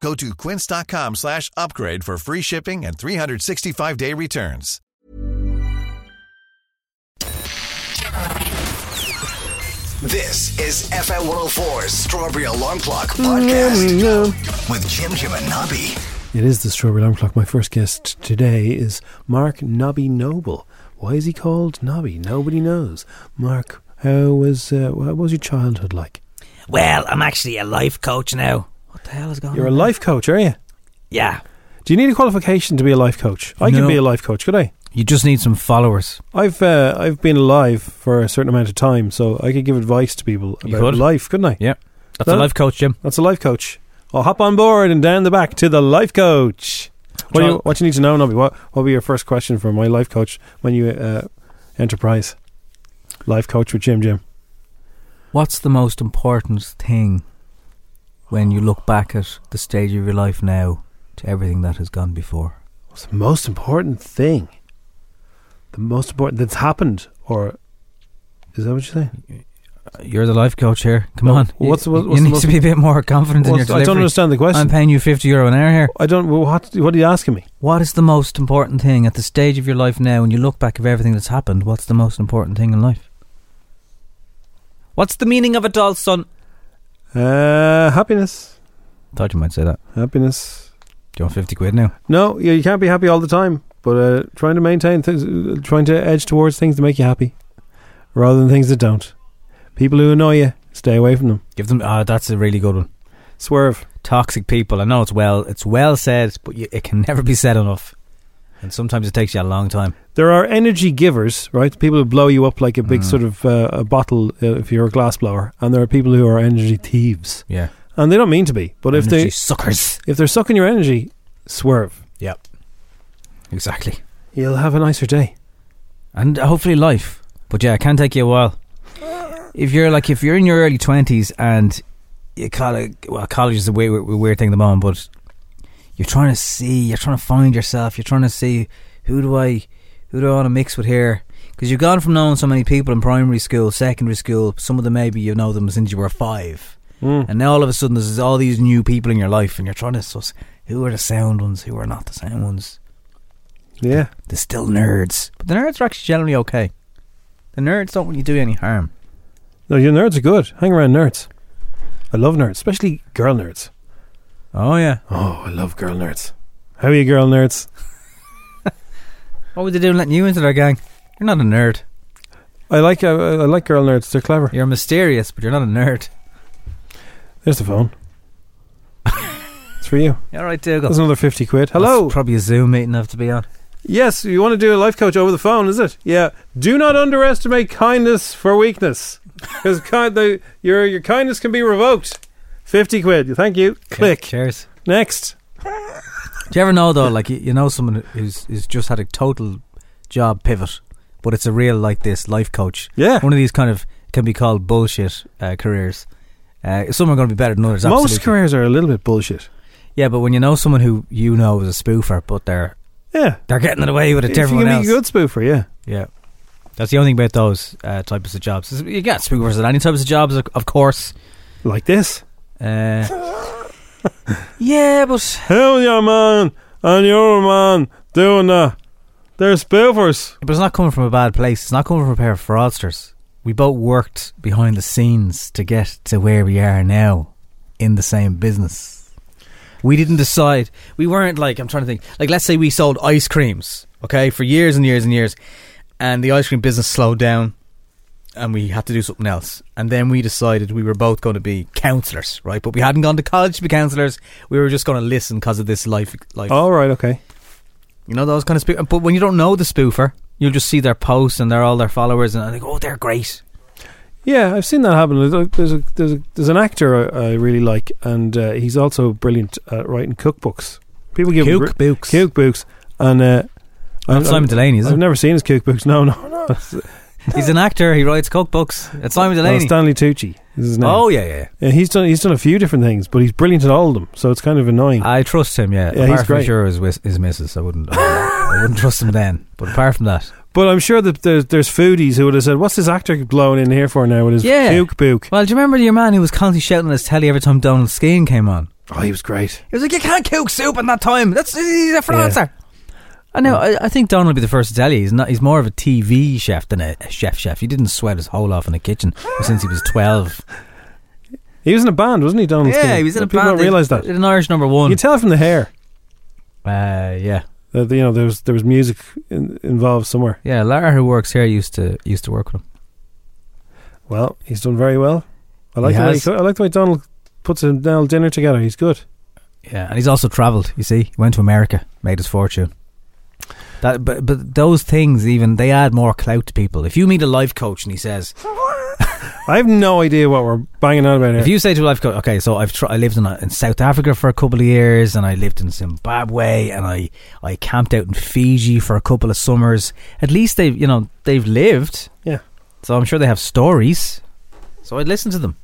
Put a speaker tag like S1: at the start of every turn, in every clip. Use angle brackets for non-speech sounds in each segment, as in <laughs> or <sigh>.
S1: Go to quince.com slash upgrade for free shipping and 365-day returns.
S2: This is FM 104's Strawberry Alarm Clock
S3: Mm.
S2: Podcast with Jim Jim and Nobby.
S3: It is the Strawberry Alarm Clock. My first guest today is Mark Nobby Noble. Why is he called Nobby? Nobody knows. Mark, how was uh, what was your childhood like?
S4: Well, I'm actually a life coach now. What the hell is going
S3: You're a
S4: on?
S3: life coach, are you?
S4: yeah.
S3: Do you need a qualification to be a life coach? I could
S4: No.
S3: be a life coach, could I?
S4: You just need some followers.
S3: I've uh, I've been alive for a certain amount of time, so I could give advice to people
S4: You
S3: about
S4: could.
S3: life, couldn't I?
S4: Yeah. That's
S3: Huh?
S4: a life coach, Jim.
S3: That's a life coach. I'll hop on board and down the back to the life coach. What do you,
S4: John-
S3: what you need to know, Nobby? What what will be your first question for my life coach when you uh, enterprise life coach with Jim Jim?
S4: What's the most important thing when you look back at the stage of your life now to everything that has gone before?
S3: What's the most important thing? The most important that's happened, or is that what you say?
S4: Uh, You're the life coach here. Come
S3: No,
S4: on.
S3: what's-
S4: You-
S3: what's-
S4: you
S3: what's the
S4: need
S3: most-
S4: to be a bit more confident in your
S3: What's- I
S4: delivery.
S3: don't understand the question.
S4: I'm paying you 50 euro an hour here.
S3: I don't. well, What what are you asking me?
S4: What is the most important thing at the stage of your life now when you look back of everything that's happened? What's the most important thing in life? What's the meaning of it all, son?
S3: Uh, happiness,
S4: Thought you might say that.
S3: happiness.
S4: Do you want 50 quid now?
S3: No, you, you can't be happy all the time, but uh, trying to maintain things, uh, trying to edge towards things that make you happy rather than things that don't. People who annoy you, stay away from them.
S4: Give them. Ah, that's a really good one.
S3: Swerve.
S4: Toxic people. I know it's well. It's well said, but you, it can <laughs> never be said enough. And sometimes it takes you a long time.
S3: There are energy givers, right? People who blow you up like a big sort of uh, a bottle uh, if you're a glass blower, and there are people who are energy thieves,
S4: Yeah.
S3: and they don't mean to be, but
S4: But
S3: if they
S4: suckers.
S3: if they're sucking your energy, swerve.
S4: Yep. Exactly.
S3: You'll have a nicer day.
S4: and hopefully life. But yeah, it can take you a while. If you're like, if you're in your early twenties and you college, well, college is a weird, weird, weird thing at the moment, but you're trying to see, you're trying to find yourself, you're trying to see who do I, who do I want to mix with here? Because you've gone from knowing so many people in primary school, secondary school, some of them maybe you know them since you were five, and now all of a sudden there's all these new people in your life, and you're trying to suss who are the sound ones, who are not the sound ones
S3: Yeah.
S4: they're still nerds. But the nerds are actually generally okay. The nerds don't really do any harm.
S3: No, your nerds are good. Hang around nerds. I love nerds, especially girl nerds.
S4: Oh yeah.
S3: Oh, I love girl nerds. How are you, girl nerds?
S4: What were they doing letting you into their gang? You're not a nerd.
S3: I like uh, I like girl nerds. They're clever.
S4: You're mysterious, but you're not a nerd.
S3: There's the phone. it's for you.
S4: All right, Dougal.
S3: That's another fifty quid. Hello.
S4: That's probably a Zoom meeting I have to be on.
S3: yes, you want to do a life coach over the phone, is it? Yeah. Do not underestimate kindness for weakness, because kind the, your your kindness can be revoked. Fifty quid. Thank you. Click.
S4: Cheers.
S3: Next.
S4: Do you ever know though, like you, you know someone who's who's just had a total job pivot, but it's a real like this life coach.
S3: Yeah.
S4: One of these kind of can be called bullshit uh, careers. Uh, some are going to be better than others.
S3: Most
S4: absolutely.
S3: careers are a little bit bullshit.
S4: Yeah, but when you know someone who you know is a spoofer, but they're
S3: Yeah.
S4: they're getting it away with it
S3: If
S4: to
S3: you can
S4: everyone else.
S3: be a good spoofer, yeah.
S4: Yeah, that's the only thing about those uh, types of jobs. is You get spookers at any types of jobs, of of course.
S3: Like this.
S4: Uh, yeah, but
S3: Hell <laughs> yeah, man, and your man doing that. They're spoofers.
S4: but it's not coming from a bad place. It's not coming from a pair of fraudsters. We both worked behind the scenes to get to where we are now, in the same business. We didn't decide. We weren't like I'm trying to think. Like let's say we sold ice creams. okay, for years and years and years. And the ice cream business slowed down and we had to do something else. And then we decided we were both going to be counsellors, right? But we hadn't gone to college to be counsellors. We were just going to listen because of this life. life.
S3: All right, okay.
S4: You know, those kind of spoof. But when you don't know the spoofer, you'll just see their posts and they're all their followers and I think, oh, they're
S3: <laughs>
S4: great.
S3: Yeah, I've seen that happen. There's a there's, a, there's, a, there's an actor I, I really like, and uh, he's also brilliant at writing cookbooks. People give him br-
S4: Cookbooks.
S3: cookbooks, and uh,
S4: Not Simon Delaney, is
S3: I've
S4: it?
S3: never seen his cookbooks.
S4: <laughs>
S3: No, no, no. <laughs>
S4: He's an actor. He writes cookbooks. It's Simon
S3: No,
S4: Delaney.
S3: Oh, Stanley Tucci is his name.
S4: oh, yeah, yeah.
S3: Yeah, he's done he's done a few different things, but he's brilliant at all of them. So it's kind of annoying.
S4: I trust him, yeah.
S3: Yeah,
S4: apart
S3: he's
S4: from
S3: great.
S4: sure his, wis- his missus, I wouldn't, I wouldn't- I wouldn't trust him then. But apart from
S3: <laughs>
S4: that,
S3: but I'm sure that there's, there's foodies who would have said, "What's this actor blowing in here for now with his
S4: Yeah.
S3: cookbook?"
S4: well, do you remember your man who was constantly shouting at his telly every time Donald Skeen came on?
S3: Oh, he was great.
S4: He was like, "You can't cook soup in that time. That's he's a freelancer." I know. I, I think Don will be the first to tell you. He's not. He's more of a TV chef than a, a chef. Chef. He didn't sweat his whole off in a kitchen since he was twelve.
S3: He was in a band, wasn't he, Donald? Skinner? People don't realise that.
S4: An Irish number
S3: You
S4: one.
S3: can tell from the hair
S4: uh, yeah,
S3: that you know there was there was music in, involved somewhere.
S4: yeah. Lara, who works here, used to used to work with him.
S3: Well, he's done very well. I like
S4: He
S3: the way he
S4: has.
S3: co- I like the way Donald puts a Donald dinner together. He's good.
S4: Yeah, and he's also travelled. You see, he went to America, made his fortune. That, but but those things even they add more clout to people. If you meet a life coach and he says,
S3: I have no idea what we're banging on about
S4: If
S3: here.
S4: you say to a life coach, okay, so I've tr- I lived in, uh in South Africa for a couple of years, and I lived in Zimbabwe, and I, I camped out in Fiji for a couple of summers. At least they've you know they've lived,
S3: yeah,
S4: so I'm sure they have stories. So I'd listen to them.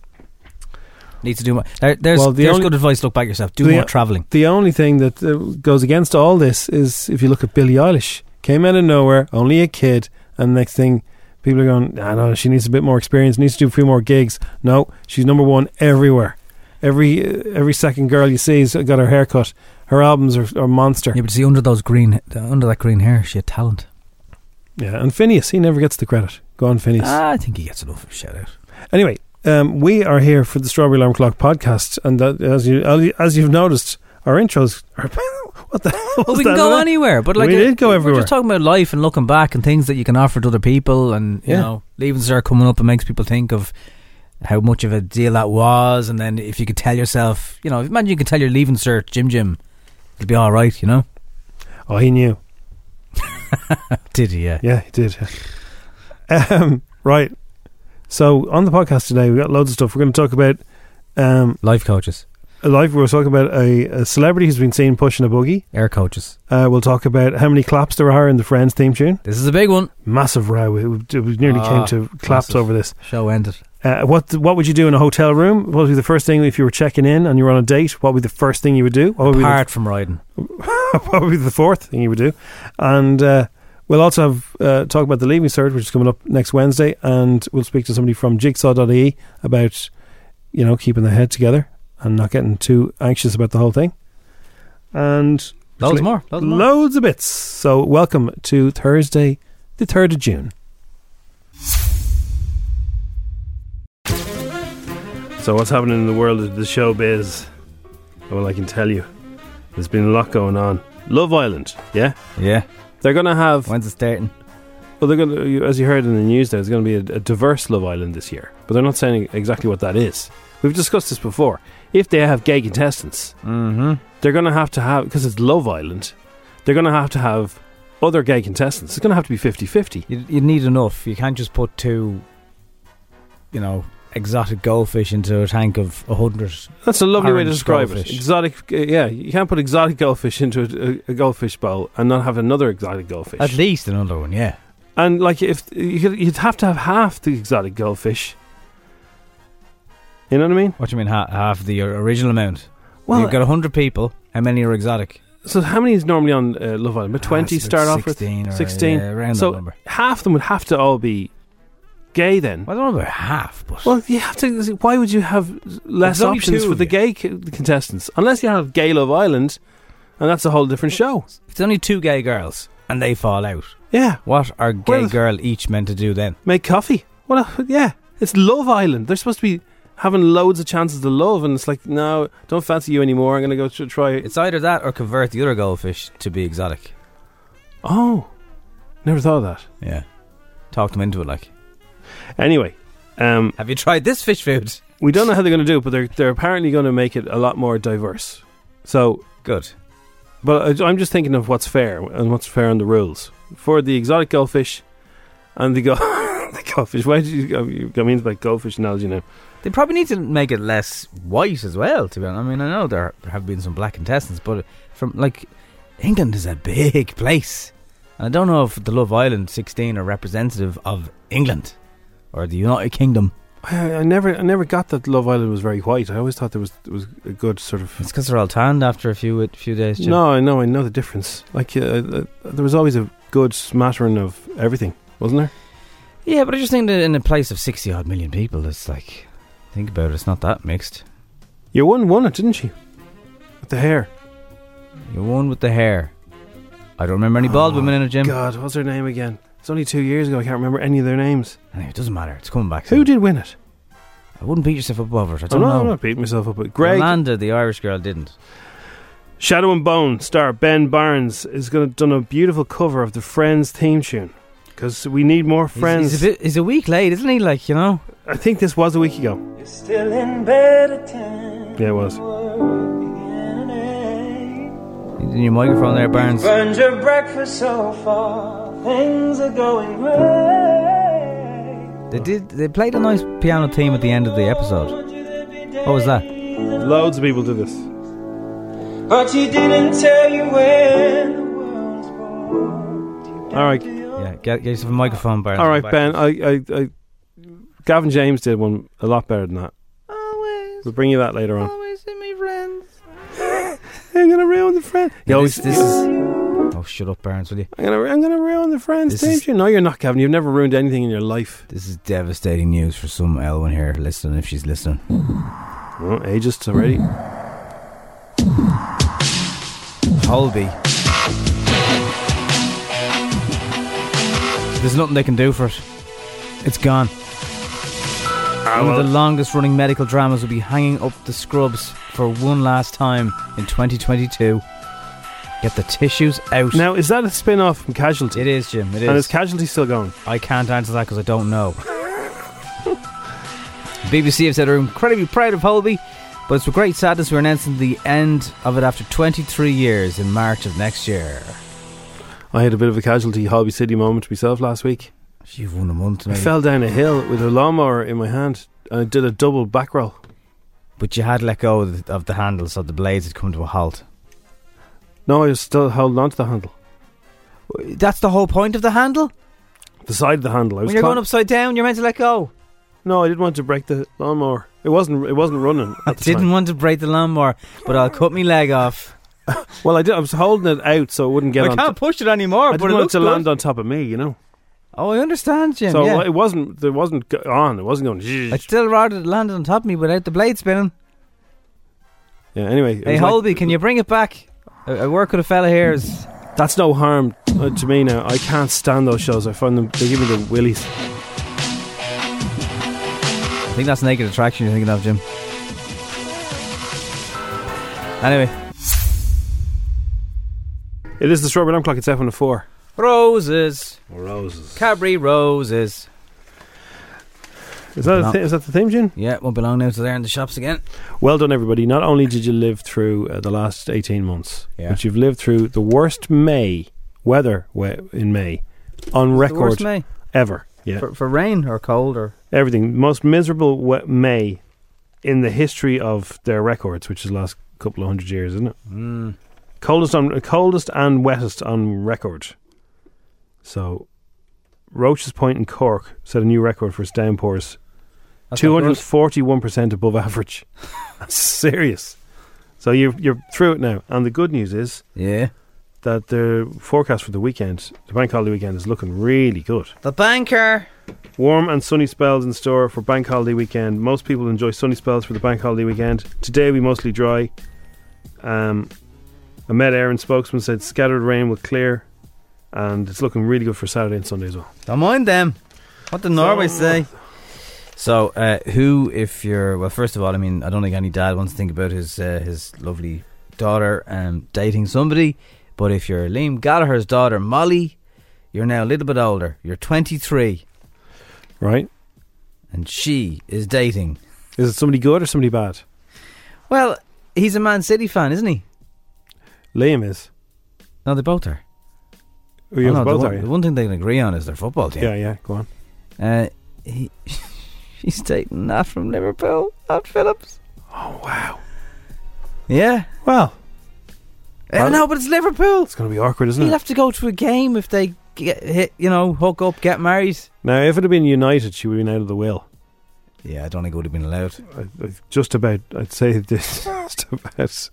S4: Need to do more. There, there's
S3: Well, the
S4: there's
S3: only-
S4: good advice. Look back yourself. Do
S3: the-
S4: more traveling.
S3: the only thing that uh, goes against all this is if you look at Billie Eilish, came out of nowhere, only a kid, and next thing people are going, I know she needs a bit more experience, needs to do a few more gigs. No, she's number one everywhere. Every uh, every second girl you see has got her hair cut. Her albums are, are monster.
S4: Yeah, but see under those green under that green hair, she had talent.
S3: Yeah, and Phineas, he never gets the credit. Go on, Phineas.
S4: Ah, I think he gets enough of a shout out.
S3: Anyway, um, we are here for the Strawberry Alarm Clock podcast, and that, as you as you've noticed, our intros are <laughs> what the hell?
S4: But
S3: was
S4: Oh, we can
S3: that
S4: go
S3: about?
S4: anywhere. But like
S3: We
S4: uh,
S3: did go
S4: We're
S3: everywhere.
S4: just talking about life and looking back and things that you can offer to other people, and you
S3: Yeah.
S4: know, leaving Sir coming up and makes people think of how much of a deal that was, and then if you could tell yourself, you know, imagine you could tell your leaving Sir Jim Jim, it'd be all right, you know.
S3: Oh, he knew.
S4: Did he? Yeah.
S3: Yeah, he did. <laughs> yeah. um, right. So on the podcast today, we got loads of stuff. We're going to talk about um,
S4: Life coaches,
S3: a life. We're talking about a, a celebrity who's been seen pushing a buggy.
S4: air coaches.
S3: Uh, we'll talk about how many claps there are in the Friends theme tune.
S4: This is a big one.
S3: Massive row. It, it nearly
S4: Ah,
S3: came to claps
S4: massive.
S3: over this.
S4: Show ended.
S3: Uh, what what would you do in a hotel room? What would be the first thing if you were checking in and you were on a date? What would be the first thing you would do? What would, be the,
S4: Apart from riding,
S3: <laughs> what would be the fourth thing you would do? And uh, we'll also have uh, talk about the leaving cert, which is coming up next Wednesday, and we'll speak to somebody from Jigsaw.ie E about you know keeping the head together and not getting too anxious about the whole thing. And
S4: loads more. Loads more.
S3: loads of bits. So welcome to Thursday, the third of June. So what's happening in the world of the showbiz? Well, I can tell you, there's been a lot going on. Love Island, yeah,
S4: yeah.
S3: they're going to have.
S4: When's it starting?
S3: Well, they're going to, as you heard in the news, there's going to be a, a diverse Love Island this year, but they're not saying exactly what that is. We've discussed this before. If they have gay contestants,
S4: Mm-hmm.
S3: they're going to have to have because it's Love Island. They're going to have to have other gay contestants. It's going to have to be 50-50.
S4: You, you need enough. You can't just put two, you know, exotic goldfish into a tank of a hundred.
S3: That's a lovely way to
S4: Orange
S3: describe it.
S4: goldfish.
S3: Exotic, uh, yeah. You can't put exotic goldfish into a, a, a goldfish bowl and not have another exotic goldfish.
S4: At least another one, yeah.
S3: and like if you could, you'd have to have half the exotic goldfish. You know what I mean?
S4: What do you mean ha- half the uh, original amount?
S3: Well,
S4: you've got hundred people. How many are exotic?
S3: So how many is normally on uh, Love Island? But twenty
S4: Ah, so
S3: start off with
S4: 16 or,
S3: sixteen.
S4: yeah, around that
S3: so
S4: number.
S3: half of them would have to all be gay then.
S4: Well, I don't know about half, but
S3: Well, you have to. Why would you have less
S4: There's only
S3: options
S4: two
S3: for
S4: of
S3: the
S4: you.
S3: gay c- contestants? Unless you have Gay Love Island, and that's a whole different show.
S4: it's only two gay girls, and they fall out.
S3: Yeah,
S4: What are gay
S3: Well-
S4: girl each meant to do then?
S3: make coffee. Well, yeah, it's Love Island. They're supposed to be having loads of chances to love, and it's like, no, don't fancy you anymore. I'm gonna go tr- try.
S4: It's either that or convert the other goldfish to be exotic.
S3: oh, Never thought of that.
S4: Yeah. Talk them into it, like.
S3: Anyway, um,
S4: Have you tried this fish food?
S3: we don't know how they're going to do it, but they're they're apparently going to make it a lot more diverse. So,
S4: Good.
S3: but I, I'm just thinking of what's fair and what's fair on the rules for the exotic goldfish and the go <laughs> the goldfish. Why did you? you I mean, like goldfish analogy now.
S4: They probably need to make it less white as well. To be honest, I mean, I know there have been some black contestants, but from like England is a big place, and I don't know if the Love Island 16 are representative of England or the United Kingdom.
S3: I, I never I never got that Love Island was very white. I always thought there was there was a good sort of
S4: It's because they're all tanned after a few few days. Jim.
S3: No, I know, I know the difference. Like uh, uh, there was always a good smattering of everything, wasn't there?
S4: yeah, but I just think that in a place of 60 odd million people, it's like think about it, it's not that mixed.
S3: Your one won it, didn't she? With the hair.
S4: You won with the hair. I don't remember any bald women in it, Jim.
S3: Oh, God, what's her name again? It's only two years ago. I can't remember any of their names.
S4: Anyway, it doesn't matter. It's coming back.
S3: Who
S4: soon.
S3: did win it?
S4: I wouldn't beat yourself up over it. I
S3: I'm
S4: don't
S3: not, I'm
S4: know.
S3: not beating myself up. But Oh, Greg,
S4: Amanda, the Irish girl, didn't.
S3: Shadow and Bone star Ben Barnes is going to done a beautiful cover of the Friends theme tune because we need more
S4: He's-
S3: Friends.
S4: He's, a bit, he's a week late, isn't he? Like you know,
S3: I think this was a week ago. Yeah, it was.
S4: in your microphone there, Barnes. They did. They played a nice piano theme at the end of the episode. What was that?
S3: Loads of people do this.
S5: But he didn't tell you when the world's
S3: All right,
S4: Yeah, get, get yourself a microphone, Barnes.
S3: all right,
S4: Go back.
S3: Ben. I, I, I, Gavin James did one a lot better than that.
S4: Always,
S3: We'll bring you that later on.
S4: always in me friends.
S3: I'm gonna ruin the friend. He
S4: Yeah,
S3: always,
S4: this, this is. Oh, shut up, Barnes, will you?
S3: I'm gonna, I'm gonna ruin the friend's
S4: This
S3: theme
S4: is-
S3: tune. No, you're not, Gavin. You've never ruined anything in your life.
S4: This is devastating news for some Elwyn here listening, if she's listening.
S3: Well, ageist already.
S4: Holby. There's nothing they can do for it. It's gone.
S3: Ah,
S4: One of the longest running medical dramas will be hanging up the scrubs for one last time in 2022. Get the tissues out.
S3: Now, is that a spin off from Casualty?
S4: It is, Jim. It is.
S3: And is Casualty still going?
S4: I can't answer that because I don't know. <laughs> BBC have said they're incredibly proud of Holby, but it's with great sadness we're announcing the end of it after 23 years in March of next year.
S3: I had a bit of a Casualty Hobby City moment myself last week.
S4: You've won a month,
S3: I
S4: mate.
S3: fell down a hill with a lawnmower in my hand and I did a double back roll.
S4: but you had let go of the, of the handle, so the blades had come to a halt.
S3: No, I was still holding on to the handle.
S4: That's the whole point of the handle.
S3: The side of the handle. I was
S4: When you're
S3: cla-
S4: going upside down, you're meant to let go.
S3: No, I didn't want to break the lawnmower. It wasn't it wasn't running.
S4: <laughs> I
S3: at the time.
S4: didn't want to break the lawnmower, but I'll cut my leg off.
S3: Well, I did. I was holding it out so it wouldn't get
S4: I
S3: on.
S4: can't
S3: to-
S4: push it anymore.
S3: I
S4: but
S3: didn't
S4: it
S3: want it
S4: looks
S3: to
S4: good.
S3: land on top of me, you know.
S4: Oh, I understand, Jim.
S3: So
S4: yeah.
S3: it wasn't. There wasn't go- on. It wasn't going. zzzz.
S4: I'd still rather it landed on top of me without the blade spinning.
S3: Yeah. Anyway, it
S4: Hey,
S3: was like-
S4: Holby, can you bring it back? I, I work with a fella here. Is,
S3: that's no harm uh, to me now. I can't stand those shows. I find them. They give me the willies.
S4: I think that's naked attraction you're thinking of, Jim. Anyway,
S3: It is the strawberry alarm clock. It's F one oh four.
S4: roses,
S3: Roses.
S4: Cadbury roses.
S3: Is that a
S4: No.
S3: thi- is that the theme tune?
S4: Yeah, won't be long now till they're in the shops again.
S3: Well done, everybody. Not only did you live through uh, the last eighteen months,
S4: Yeah.
S3: but you've lived through the worst May weather we- in May on
S4: The worst
S3: record
S4: May
S3: ever. Yeah.
S4: for, for rain or cold or
S3: everything. Most miserable we- May in the history of their records, which is the last couple of hundred years, isn't it? Mm. Coldest on coldest and wettest on record. So, Roach's Point in Cork set a new record for its downpours.
S4: That's
S3: Two
S4: not
S3: hundred
S4: yours.
S3: forty-one percent above average. <laughs> That's serious. So you're you're through it now, and the good news is
S4: Yeah.
S3: that the forecast for the weekend, the bank holiday weekend, is looking really good.
S4: The banker.
S3: Warm and sunny spells in store for bank holiday weekend. Most people enjoy sunny spells for the bank holiday weekend. Today will be mostly dry. Um, a Met Aaron spokesman said scattered rain will clear, and it's looking really good for Saturday and Sunday as well.
S4: Don't mind them. What did Norway say? So, uh, who, if you're well, first of all, I mean, I don't think any dad wants to think about his uh, his lovely daughter um, dating somebody. But if you're Liam Gallagher's daughter Molly, You're now a little bit older. You're 23,
S3: right?
S4: and she is dating.
S3: Is it somebody good or somebody bad?
S4: Well, he's a Man City fan, isn't he?
S3: Liam is.
S4: No, they both are.
S3: Oh, you
S4: Oh, no,
S3: both
S4: the,
S3: are
S4: one,
S3: you?
S4: the one thing they can agree on is their football team.
S3: Yeah, yeah. Go on.
S4: Uh, he, <laughs> she's taking that from Liverpool, not Phillips.
S3: Oh wow.
S4: Yeah.
S3: Well,
S4: Uh, no, but it's Liverpool.
S3: it's going to be awkward, isn't
S4: He'll
S3: it?
S4: have to go to a game if they get hit, you know, hook up, get married.
S3: Now, if it had been United, she would have been out of the will.
S4: Yeah, I don't think it would have been allowed.
S3: I, I, just about. I'd say <laughs> this. Just about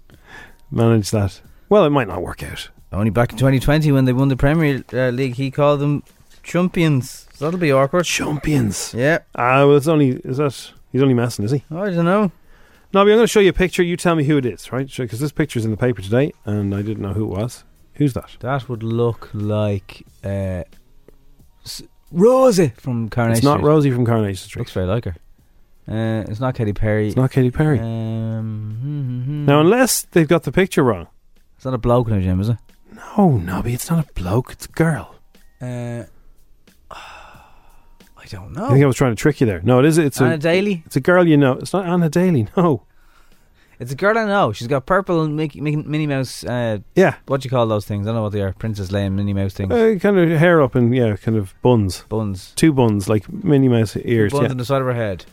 S3: manage that. Well, it might not work out.
S4: Only back in 2020 when they won the Premier uh, League, he called them champions. So that'll be awkward.
S3: Champions.
S4: Yeah,
S3: Ah, well, it's only. Is that? He's only messing, is he?
S4: I don't know.
S3: No, but I'm going to show you a picture. You tell me who it is, right? Because this picture's in the paper today, and I didn't know who it was. Who's that?
S4: That would look like uh, S- Rosie from Coronation.
S3: It's not
S4: Street.
S3: Rosie from Coronation Street.
S4: Looks very like her. Uh, it's not Katy Perry.
S3: It's not Katy Perry.
S4: Um, hmm, hmm, hmm.
S3: Now, unless they've got the picture wrong.
S4: it's not a bloke in her gym, is it?
S3: Oh, Nobby, it's not a bloke, it's a girl.
S4: Uh, I don't
S3: I think I
S4: know.
S3: was trying to trick you there. No, it is. It's
S4: Anna
S3: a,
S4: Daly.
S3: it's a girl you know. It's not Anna Daly, <laughs> no.
S4: It's a girl I know. She's got purple Mickey, Mickey, Minnie Mouse. Uh,
S3: Yeah.
S4: what do you call those things? I don't know what they are. Princess Leia, Minnie Mouse things.
S3: Uh, kind of hair up and, yeah, kind of buns.
S4: Buns.
S3: Two buns, like Minnie Mouse ears.
S4: Buns
S3: Yeah.
S4: on the side of her head.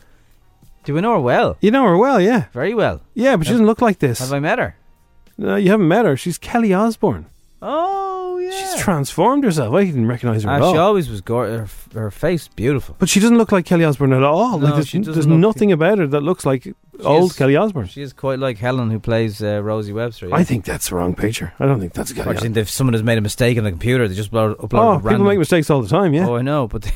S4: Do we know her well?
S3: You know her well, yeah.
S4: Very well.
S3: Yeah, but she
S4: Have-
S3: doesn't look like this.
S4: Have I met her?
S3: No, you haven't met her. She's Kelly Osbourne.
S4: Oh yeah.
S3: She's transformed herself. I didn't recognize her
S4: Ah,
S3: at all.
S4: she always was gorgeous. Her, her face beautiful.
S3: But she doesn't look like Kelly Osbourne at all.
S4: No,
S3: like there's,
S4: she doesn't
S3: there's
S4: look-
S3: nothing about her that looks like old
S4: is-
S3: Kelly Osbourne.
S4: She is quite like Helen who plays uh, Rosie Webster. Yeah?
S3: I think that's the wrong picture. I don't think that's
S4: Or do
S3: Kelly.
S4: you
S3: Osbourne.
S4: think if someone has made a mistake on the computer, they just upload, upload
S3: Oh,
S4: a
S3: people
S4: random.
S3: make mistakes all the time. Yeah,
S4: Oh, I know, but <laughs>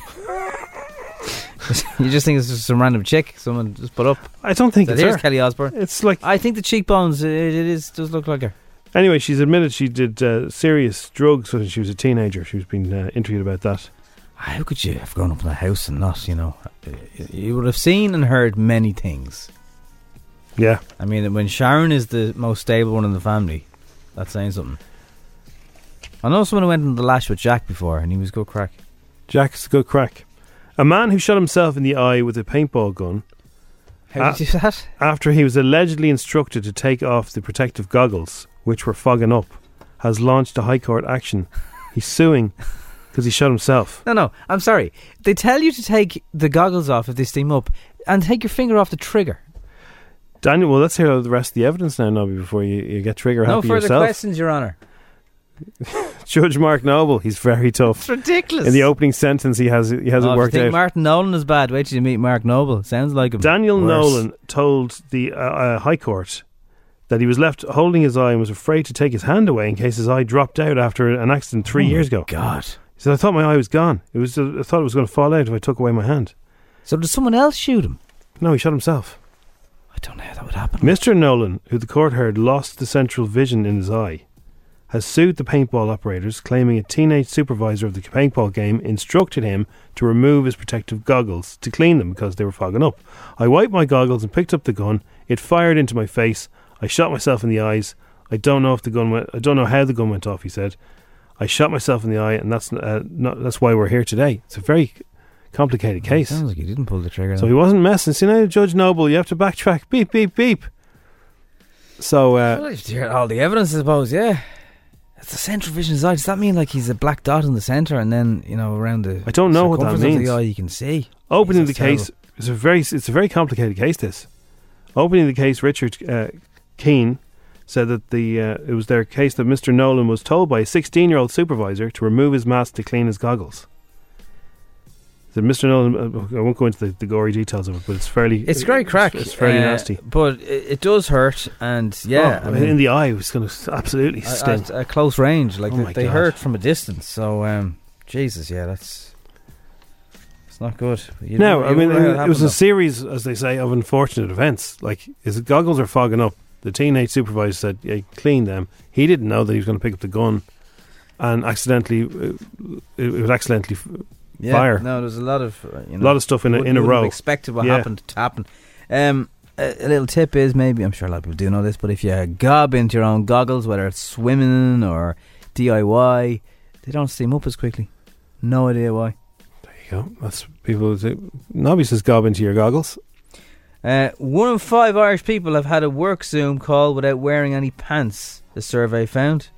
S4: you just think it's just some random chick someone just put up.
S3: I don't think
S4: That
S3: it's
S4: here's
S3: her.
S4: Kelly Osbourne.
S3: It's like
S4: I think the cheekbones. It, it is does look like her.
S3: anyway. She's admitted she did uh, serious drugs when she was a teenager. She was being uh, interviewed about that.
S4: How could you have grown up in a house and not, you know, you would have seen and heard many things.
S3: Yeah,
S4: I mean, when Sharon is the most stable one in the family, that's saying something. I know someone who went on the lash with Jack before, and he was good crack.
S3: Jack's a good crack. A man who shot himself in the eye with a paintball gun
S4: How
S3: Ah.
S4: did you do that?
S3: after he was allegedly instructed to take off the protective goggles, which were fogging up, has launched a high court action. He's suing because he shot himself.
S4: <laughs> No, no, I'm sorry. They tell you to take the goggles off if they steam up, and take your finger off the trigger.
S3: Daniel, well, let's hear the rest of the evidence now, Nobby, before you, you get trigger
S4: no
S3: happy
S4: further
S3: yourself.
S4: questions, Your Honour.
S3: Judge Mark Noble, he's very
S4: It's
S3: tough.
S4: ridiculous.
S3: In the opening sentence, he has he hasn't
S4: oh, if you
S3: worked
S4: think
S3: out.
S4: Martin Nolan is bad. Wait till you meet Mark Noble. Sounds like him.
S3: Daniel
S4: Worse.
S3: Nolan told the uh, uh, High Court that he was left holding his eye and was afraid to take his hand away in case his eye dropped out after an accident three
S4: Oh my
S3: years ago.
S4: God.
S3: He said, "I thought my eye was gone. It was uh, I thought it was going to fall out if I took away my hand."
S4: So did someone else shoot him?
S3: No, he shot himself.
S4: I don't know how that would happen.
S3: Mr. Nolan, who the court heard lost the central vision in his eye, has sued the paintball operators, claiming a teenage supervisor of the paintball game instructed him to remove his protective goggles to clean them because they were fogging up. I wiped my goggles and picked up the gun. It fired into my face. I shot myself in the eyes. I don't know if the gun went. I don't know how the gun went off. He said, "I shot myself in the eye, and that's uh, not, that's why we're here today." It's a very complicated case.
S4: Sounds like you didn't pull the trigger.
S3: So
S4: then.
S3: he wasn't messing. See now, Judge Noble, you have to backtrack. Beep, beep, beep. So uh,
S4: Well, if you hear all the evidence, I suppose. Yeah, it's the central vision's eye. Does that mean like he's a black dot in the center, and then you know around the
S3: I don't know what that
S4: circumference of the
S3: means.
S4: eye you can see
S3: opening the
S4: Jesus,
S3: case is a very it's a very complicated case. This opening the case, Richard uh, Keane said that the uh, it was their case that Mr. Nolan was told by a 16 year old supervisor to remove his mask to clean his goggles. That Mr. Nolan, uh, I won't go into the, the gory details of it, but it's fairly
S4: It's great crack.
S3: It's, fairly
S4: uh,
S3: nasty.
S4: but it, it does hurt. And yeah,
S3: Oh,
S4: I mean,
S3: in the eye, it was going to absolutely
S4: at,
S3: sting.
S4: at- at close range, like
S3: Oh
S4: they-
S3: my
S4: they
S3: God.
S4: hurt from a distance. So um, Jesus, yeah, that's it's not good. You
S3: No,
S4: never-
S3: I
S4: you
S3: mean
S4: wonder how
S3: it,
S4: that
S3: was a
S4: happened,
S3: series, as they say, of unfortunate events. Like his goggles are fogging up. The teenage supervisor said, yeah, "Clean them." He didn't know that he was going to pick up the gun, and accidentally, uh, it, it was accidentally
S4: though. yeah,
S3: fire.
S4: No, there's a lot of uh, you
S3: a
S4: know,
S3: lot of stuff in a,
S4: Wouldn't-
S3: in a
S4: wouldn't have
S3: row.
S4: Expected what
S3: Yeah.
S4: happened to happen. Um, a, a little tip is maybe I'm sure a lot of people do know this, but if you gob into your own goggles, whether it's swimming or DIY, they don't steam up as quickly. No idea why.
S3: There you go. That's people. who say- Nobby says gob into your goggles.
S4: Uh, one in five Irish people have had a work Zoom call without wearing any pants. The survey found.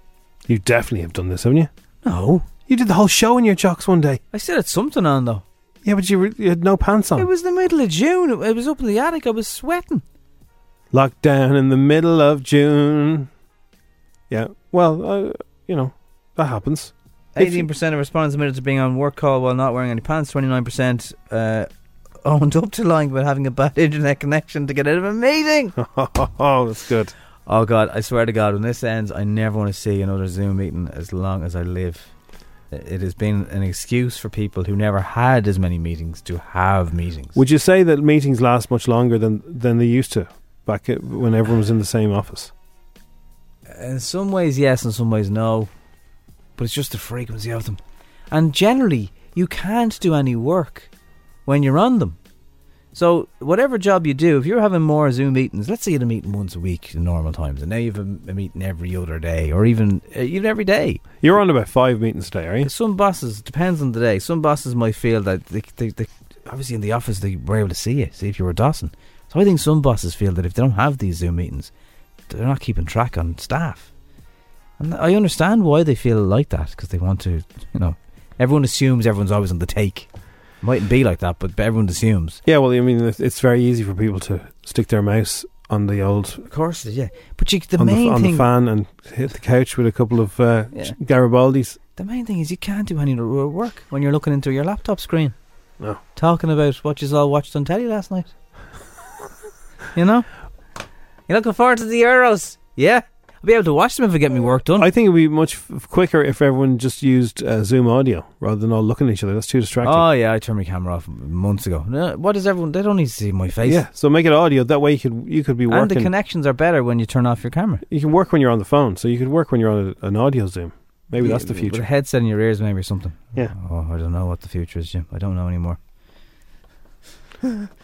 S3: You definitely have done this, haven't you?
S4: No,
S3: You did the whole show in your jocks one day.
S4: I still had something on though.
S3: Yeah, but you, were, you had no pants on.
S4: It was the middle of June. It was up in the attic. I was sweating.
S3: Locked down in the middle of June. Yeah. Well, uh, you know that happens. <laughs> If you-
S4: Eighteen percent of respondents admitted to being on work call while not wearing any pants. Twenty nine percent uh, <laughs> owned up to lying about having a bad <laughs> internet connection to get out of a meeting.
S3: Oh, that's good.
S4: oh God, I swear to God, when this ends, I never want to see another Zoom meeting as long as I live. It has been an excuse for people who never had as many meetings to have meetings.
S3: Would you say that meetings last much longer than than they used to back at, when everyone was in the same office?
S4: In some ways, yes, in some ways, no. But it's just the frequency of them. And generally, you can't do any work when you're on them. So, whatever job you do, if you're having more Zoom meetings, let's say you had a meeting once a week in normal times, and now you have a, a meeting every other day, or even uh, even every day.
S3: You're on about five meetings today, are you?
S4: Some bosses, depends on the day, some bosses might feel that they, they, they obviously in the office they were able to see you, see if you were Dawson. So, I think some bosses feel that if they don't have these Zoom meetings, they're not keeping track on staff. And I understand why they feel like that because they want to, you know, everyone assumes everyone's always on the take. Mightn't be like that, but but everyone assumes.
S3: Yeah. Well, I mean, it's- it's very easy for people to stick their mouse on the old
S4: Of course, yeah. But you, the
S3: on, the,
S4: main
S3: f- on
S4: thing,
S3: the fan and hit the couch with a couple of uh,
S4: Yeah.
S3: ch- Garibaldis.
S4: the main thing is you can't do any r- work when you're looking into your laptop screen.
S3: No.
S4: Talking about what you all watched on telly last <laughs> night. you know, you're looking forward to the Euros. Yeah, I'll be able to watch them if I get my work done.
S3: I think it'd be much f- quicker if everyone just used uh, Zoom audio rather than all looking at each other. That's too distracting.
S4: Oh yeah, I turned my camera off months ago. No, what does everyone? They don't need to see my face.
S3: yeah. So make it audio. That way you could you could be
S4: And the
S3: working.
S4: connections are better when you turn off your camera.
S3: you can work when you're on the phone. So you could work when you're on a, an audio Zoom. Maybe that's the
S4: With a
S3: future.
S4: headset in your ears, maybe or something.
S3: Yeah.
S4: Oh, I don't know what the future is, Jim. I don't know anymore.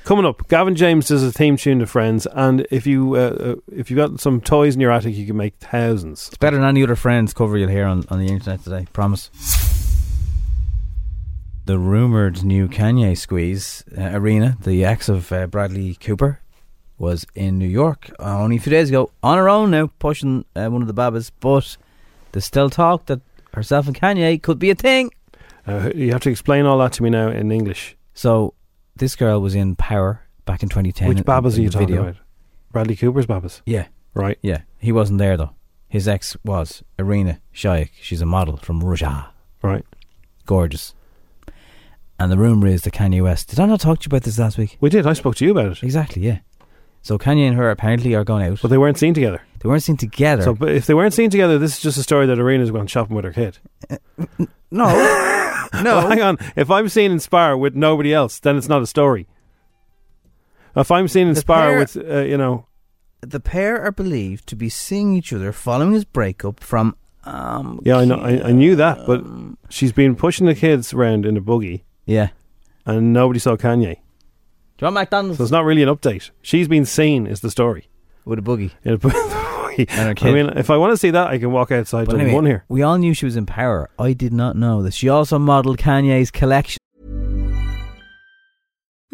S3: Coming up, Gavin James does a theme tune to Friends, and if you uh, uh, if you've got some toys in your attic, you can make thousands.
S4: It's better than any other friends cover you'll hear on, on the internet today. Promise. The rumored new Kanye squeeze uh, arena, the ex of uh, Bradley Cooper, was in New York uh, only a few days ago on her own now, pushing uh, one of the babbas. But there's still talk that herself and Kanye could be a thing.
S3: Uh, you have to explain all that to me now in English.
S4: So this girl was in Power back in 2010.
S3: Which
S4: in-
S3: Babas
S4: in
S3: are you
S4: the
S3: talking
S4: video.
S3: about? Bradley Cooper's Babas,
S4: Yeah,
S3: right?
S4: yeah. He wasn't there though. His ex was Irina Shayk. She's a model from Russia.
S3: Right.
S4: Gorgeous. And the rumor is that Kanye West. Did I not talk to you about this last week?
S3: We did. I spoke to you about it,
S4: Exactly. Yeah. So Kanye and her apparently are going out.
S3: but they weren't seen together.
S4: they weren't seen together.
S3: So, but if they weren't seen together, this is just a story that Arena's gone shopping with her kid.
S4: no,
S3: Well,
S4: <laughs>
S3: hang
S4: no.
S3: on. If I'm seen in Spar with nobody else, then it's not a story. If I'm seen in
S4: The
S3: Spar
S4: pair-
S3: with, uh, you know,
S4: <laughs> The pair are believed to be seeing each other following his breakup from. Um,
S3: yeah, I know, I, I knew that, but she's been pushing the kids around in a buggy,
S4: yeah.
S3: and nobody saw Kanye.
S4: John McDonald's
S3: So it's not really an update. She's been seen is the story. <laughs>
S4: with a boogie.
S3: In a-
S4: her
S3: I
S4: kid.
S3: mean, if I want to see that, I can walk outside
S4: But
S3: to
S4: anyway,
S3: one here.
S4: We all knew she was in power. I did not know that she also modeled Kanye's collection.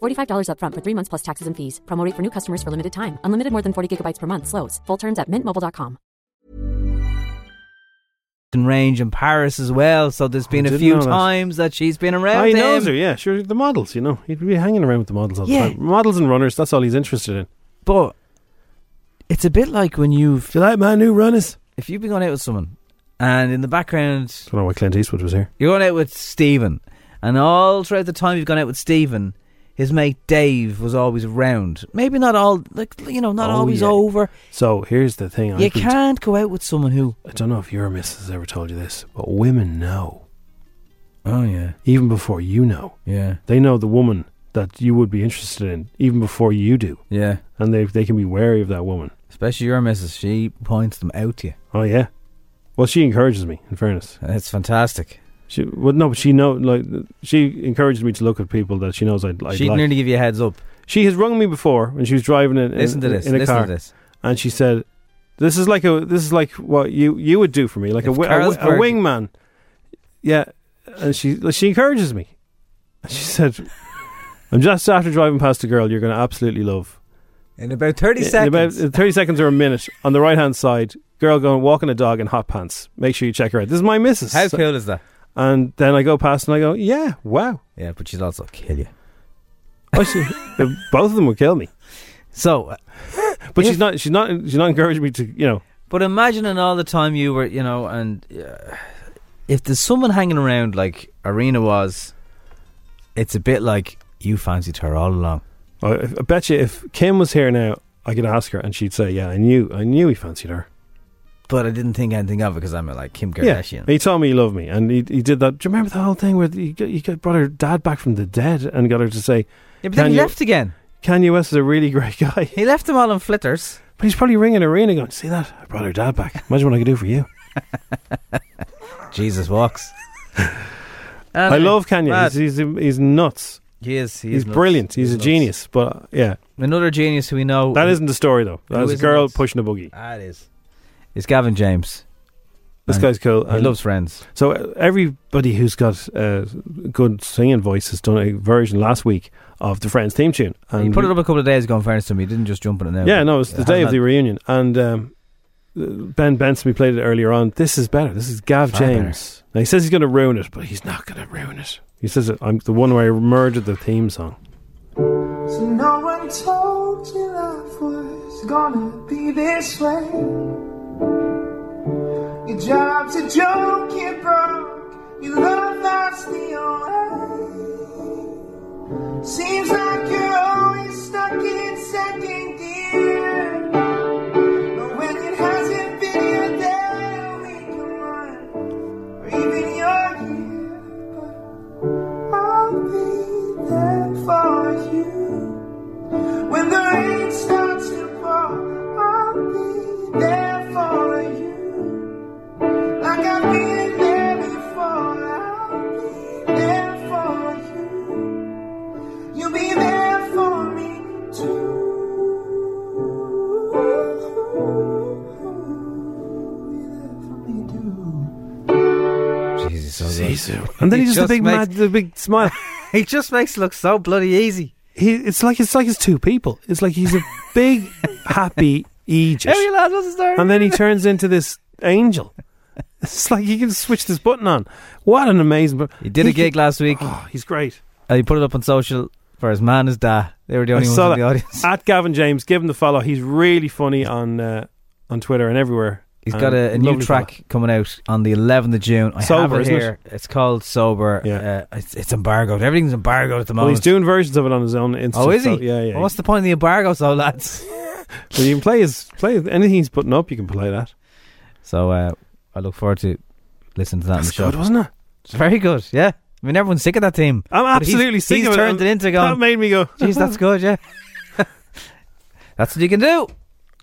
S6: $45 upfront for three months plus taxes and fees. Promo rate for new customers for limited time. Unlimited more than 40 gigabytes per month. Slows. Full terms at mintmobile.com.
S4: in range in Paris as well. So there's been
S3: I
S4: a
S3: didn't
S4: few
S3: know that.
S4: times that she's been around.
S3: Ah, he
S4: him.
S3: knows her, yeah. Sure, the models, you know. He'd be hanging around with the models all the
S4: Yeah.
S3: time. Models and runners, that's all he's interested in.
S4: But it's a bit like when you've
S3: Do you like my new runners?
S4: if you've been going out with someone and in the background
S3: I don't know why Clint Eastwood was here.
S4: You're going out with Stephen, and all throughout the time you've gone out with Stephen, his mate Dave was always around. Maybe not all, like you know, not
S3: Oh,
S4: always
S3: yeah.
S4: over.
S3: So here's the thing. I
S4: you
S3: can
S4: can't go out with someone who.
S3: I don't know if your missus ever told you this, but women know.
S4: Oh yeah,
S3: Even before you know.
S4: yeah,
S3: They know the woman that you would be interested in, even before you do.
S4: yeah.
S3: And they, they can be wary of that woman.
S4: Especially your missus, she points them out to you.
S3: Oh, yeah. Well, she encourages me, in fairness.
S4: It's fantastic.
S3: She, well, no, but she know, like, she encourages me to look at people that she knows I'd, I'd
S4: She'd
S3: like.
S4: nearly give you a heads up.
S3: She has rung me before when she was driving in, in,
S4: Listen to this.
S3: in a
S4: Listen
S3: car,
S4: to this.
S3: and she said, "This is like a this is like what you you would do for me, like a,
S4: If
S3: wi- a, wi- a
S4: Carlsberg-
S3: wingman." Yeah, and she like, she encourages me. And she said, "I'm just after driving past a girl you're going to absolutely love.
S4: In about thirty
S3: In about
S4: seconds.
S3: thirty seconds or a minute on the right hand side, girl going walking a dog in hot pants. Make sure you check her out. This is my missus."
S4: How cool is that?
S3: and then I go past and I go, "Yeah, wow."
S4: Yeah, but she'd also kill you.
S3: Oh, she, both of them would kill me,
S4: <laughs> So, uh,
S3: but
S4: If-
S3: she's not. She's not. She's not encouraging me to. You know.
S4: but imagining all the time you were, you know, and uh, if there's someone hanging around like Arena was, it's a bit like you fancied her all along.
S3: I, I bet you if Kim was here now, I could ask her, and she'd say, "Yeah, I knew, I knew he fancied her."
S4: But I didn't think anything of it because I'm like Kim
S3: Yeah,
S4: Kardashian.
S3: he told me he loved me, and he he did that. Do you remember the whole thing where he, got- he got, brought her dad back from the dead and got her to say,
S4: Yeah, but then
S3: Kanye-
S4: he left again.
S3: "Kanye West is a really great guy," <laughs>
S4: He left them all on flitters.
S3: but he's probably ringing Arena going, "See that? I brought her dad back. Imagine what I could do
S4: <laughs>
S3: for you."
S4: Jesus walks.
S3: I love Kanye.
S4: Mad.
S3: He's, he's he's nuts.
S4: He is. He
S3: he's
S4: is nuts.
S3: brilliant. He's, a
S4: nuts.
S3: genius. But uh, yeah,
S4: Another genius who we know.
S3: that isn't the story though.
S4: Who
S3: That was a
S4: isn't
S3: girl
S4: nuts?
S3: pushing a boogie.
S4: Ah, it is. It's Gavin James.
S3: This
S4: And
S3: guy's cool.
S4: He
S3: and-
S4: loves friends.
S3: So uh, everybody who's got uh, good singing voice has done a version last week of the Friends theme tune.
S4: he put it up a couple of days ago. In fairness to him, he didn't just jump on it now.
S3: Yeah, no, it's the
S4: It
S3: day
S4: has
S3: of the
S4: not-
S3: reunion, and um, uh, Ben Benson we played it earlier on. This is better. This is Gav
S4: Far better.
S3: James. Now he says he's going to ruin it, but he's not going to ruin it. He says it, I'm the one where I murdered the theme
S4: <laughs>
S3: song.
S5: So no one told you life was gonna be this way. Your job's a joke, you're broke. Your love, that's the only way. Seems like you're always stuck in second gear. But when it hasn't been your day, a week, a month, or even your year, but I'll be there for you. When the rain starts to pour, I'll be there for you. Like I've been there before, I'll be there for you. You'll be there for me too. Be there for me too.
S4: Jeez, he's so good.
S3: And then
S4: He <laughs>
S3: he, just,
S4: just
S3: a big
S4: makes-
S3: mad, the
S4: <laughs>
S3: big smile.
S4: He just makes it look so bloody easy.
S3: He, it's like it's like it's two people. It's like he's a big
S4: <laughs>
S3: happy Egypt.
S4: Every lad was a star.
S3: and then he turns into this angel. It's like he can switch this button on. What an amazing! bu-
S4: He did a gig
S3: can-
S4: last week.
S3: Oh, he's great.
S4: Uh, he put it up on social for his man, his dad. They were the
S3: I
S4: only ones
S3: saw
S4: in
S3: that
S4: the
S3: <laughs>
S4: audience.
S3: at Gavin James. Give him the follow. He's really funny on uh, on Twitter and everywhere.
S4: He's
S3: And
S4: got a, a new
S3: lovely
S4: track coming out on the 11th of June. I
S3: Sober,
S4: have it
S3: isn't it?
S4: here. It's called Sober.
S3: Yeah.
S4: Uh, it's, it's embargoed. Everything's embargoed at the
S3: Well,
S4: moment.
S3: he's doing versions of it on his own Instagram.
S4: oh, is he?
S3: So, yeah, yeah.
S4: Well, what's the point of the embargo, so lads? <laughs>
S3: Well, you can play his play anything he's putting up. You can play that.
S4: so uh, I look forward to listening to that
S3: That's
S4: on the
S3: good,
S4: show.
S3: wasn't it?
S4: It's very good. Yeah. I mean, everyone's sick of that team.
S3: I'm
S4: But he's-
S3: absolutely sick
S4: he's
S3: of it. Um,
S4: turned it into
S3: That
S4: going.
S3: made me go. uh,
S4: Jeez, that's good.
S3: <laughs>
S4: Yeah. that's what you can do.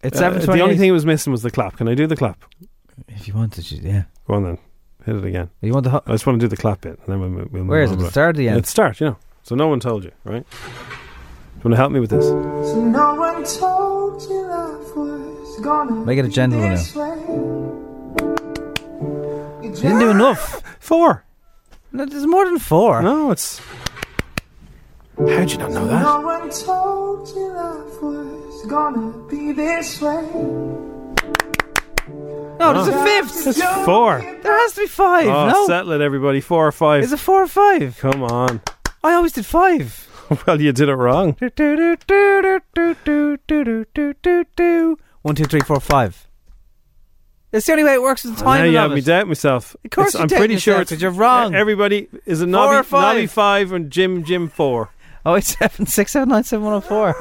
S4: It's
S3: Uh,
S4: seven twenty.
S3: the only thing he was missing was the clap. Can I do the clap?
S4: if you wanted, to, yeah.
S3: Go on then. Hit it again.
S4: You want the
S3: I
S4: ho-
S3: just want to do the clap bit, and then we'll, mo- we'll move
S4: Where is
S3: on
S4: it?
S3: to
S4: The start or the end?
S3: It's start, you know. So no one told you, right? Do you want to help me with this?
S5: So no one told you life was gonna
S4: Make it a
S5: be
S4: gentle one
S5: this way. You
S4: you didn't do
S5: just-
S4: enough.
S3: <laughs>
S4: Ah.
S3: Four.
S4: No, there's more than four.
S3: No, it's. How'd you not know
S5: No
S3: that?
S5: one told you life was gonna be this way.
S4: No, there's a fifth.
S3: It's four.
S4: There has to be five.
S3: Oh,
S4: no,
S3: settle it, everybody. Four or five.
S4: is it four or five?
S3: Come on. <laughs>
S4: I always did five.
S3: well, you did it wrong.
S4: Do, do, do, do, do, do, do, do, do, do, do. One, two, three, four, five. It's the only way it works with the
S3: now
S4: time.
S3: you
S4: and
S3: have
S4: all
S3: me
S4: it.
S3: doubt myself.
S4: Of course
S3: It's-
S4: you
S3: I'm
S4: doubt
S3: pretty sure
S4: yourself,
S3: it's
S4: 'cause you're wrong.
S3: Everybody is a
S4: Four or
S3: knobby,
S4: five.
S3: knobby five and Jim Jim four.
S4: Oh, it's seven, six, seven, nine, seven, one, oh, four.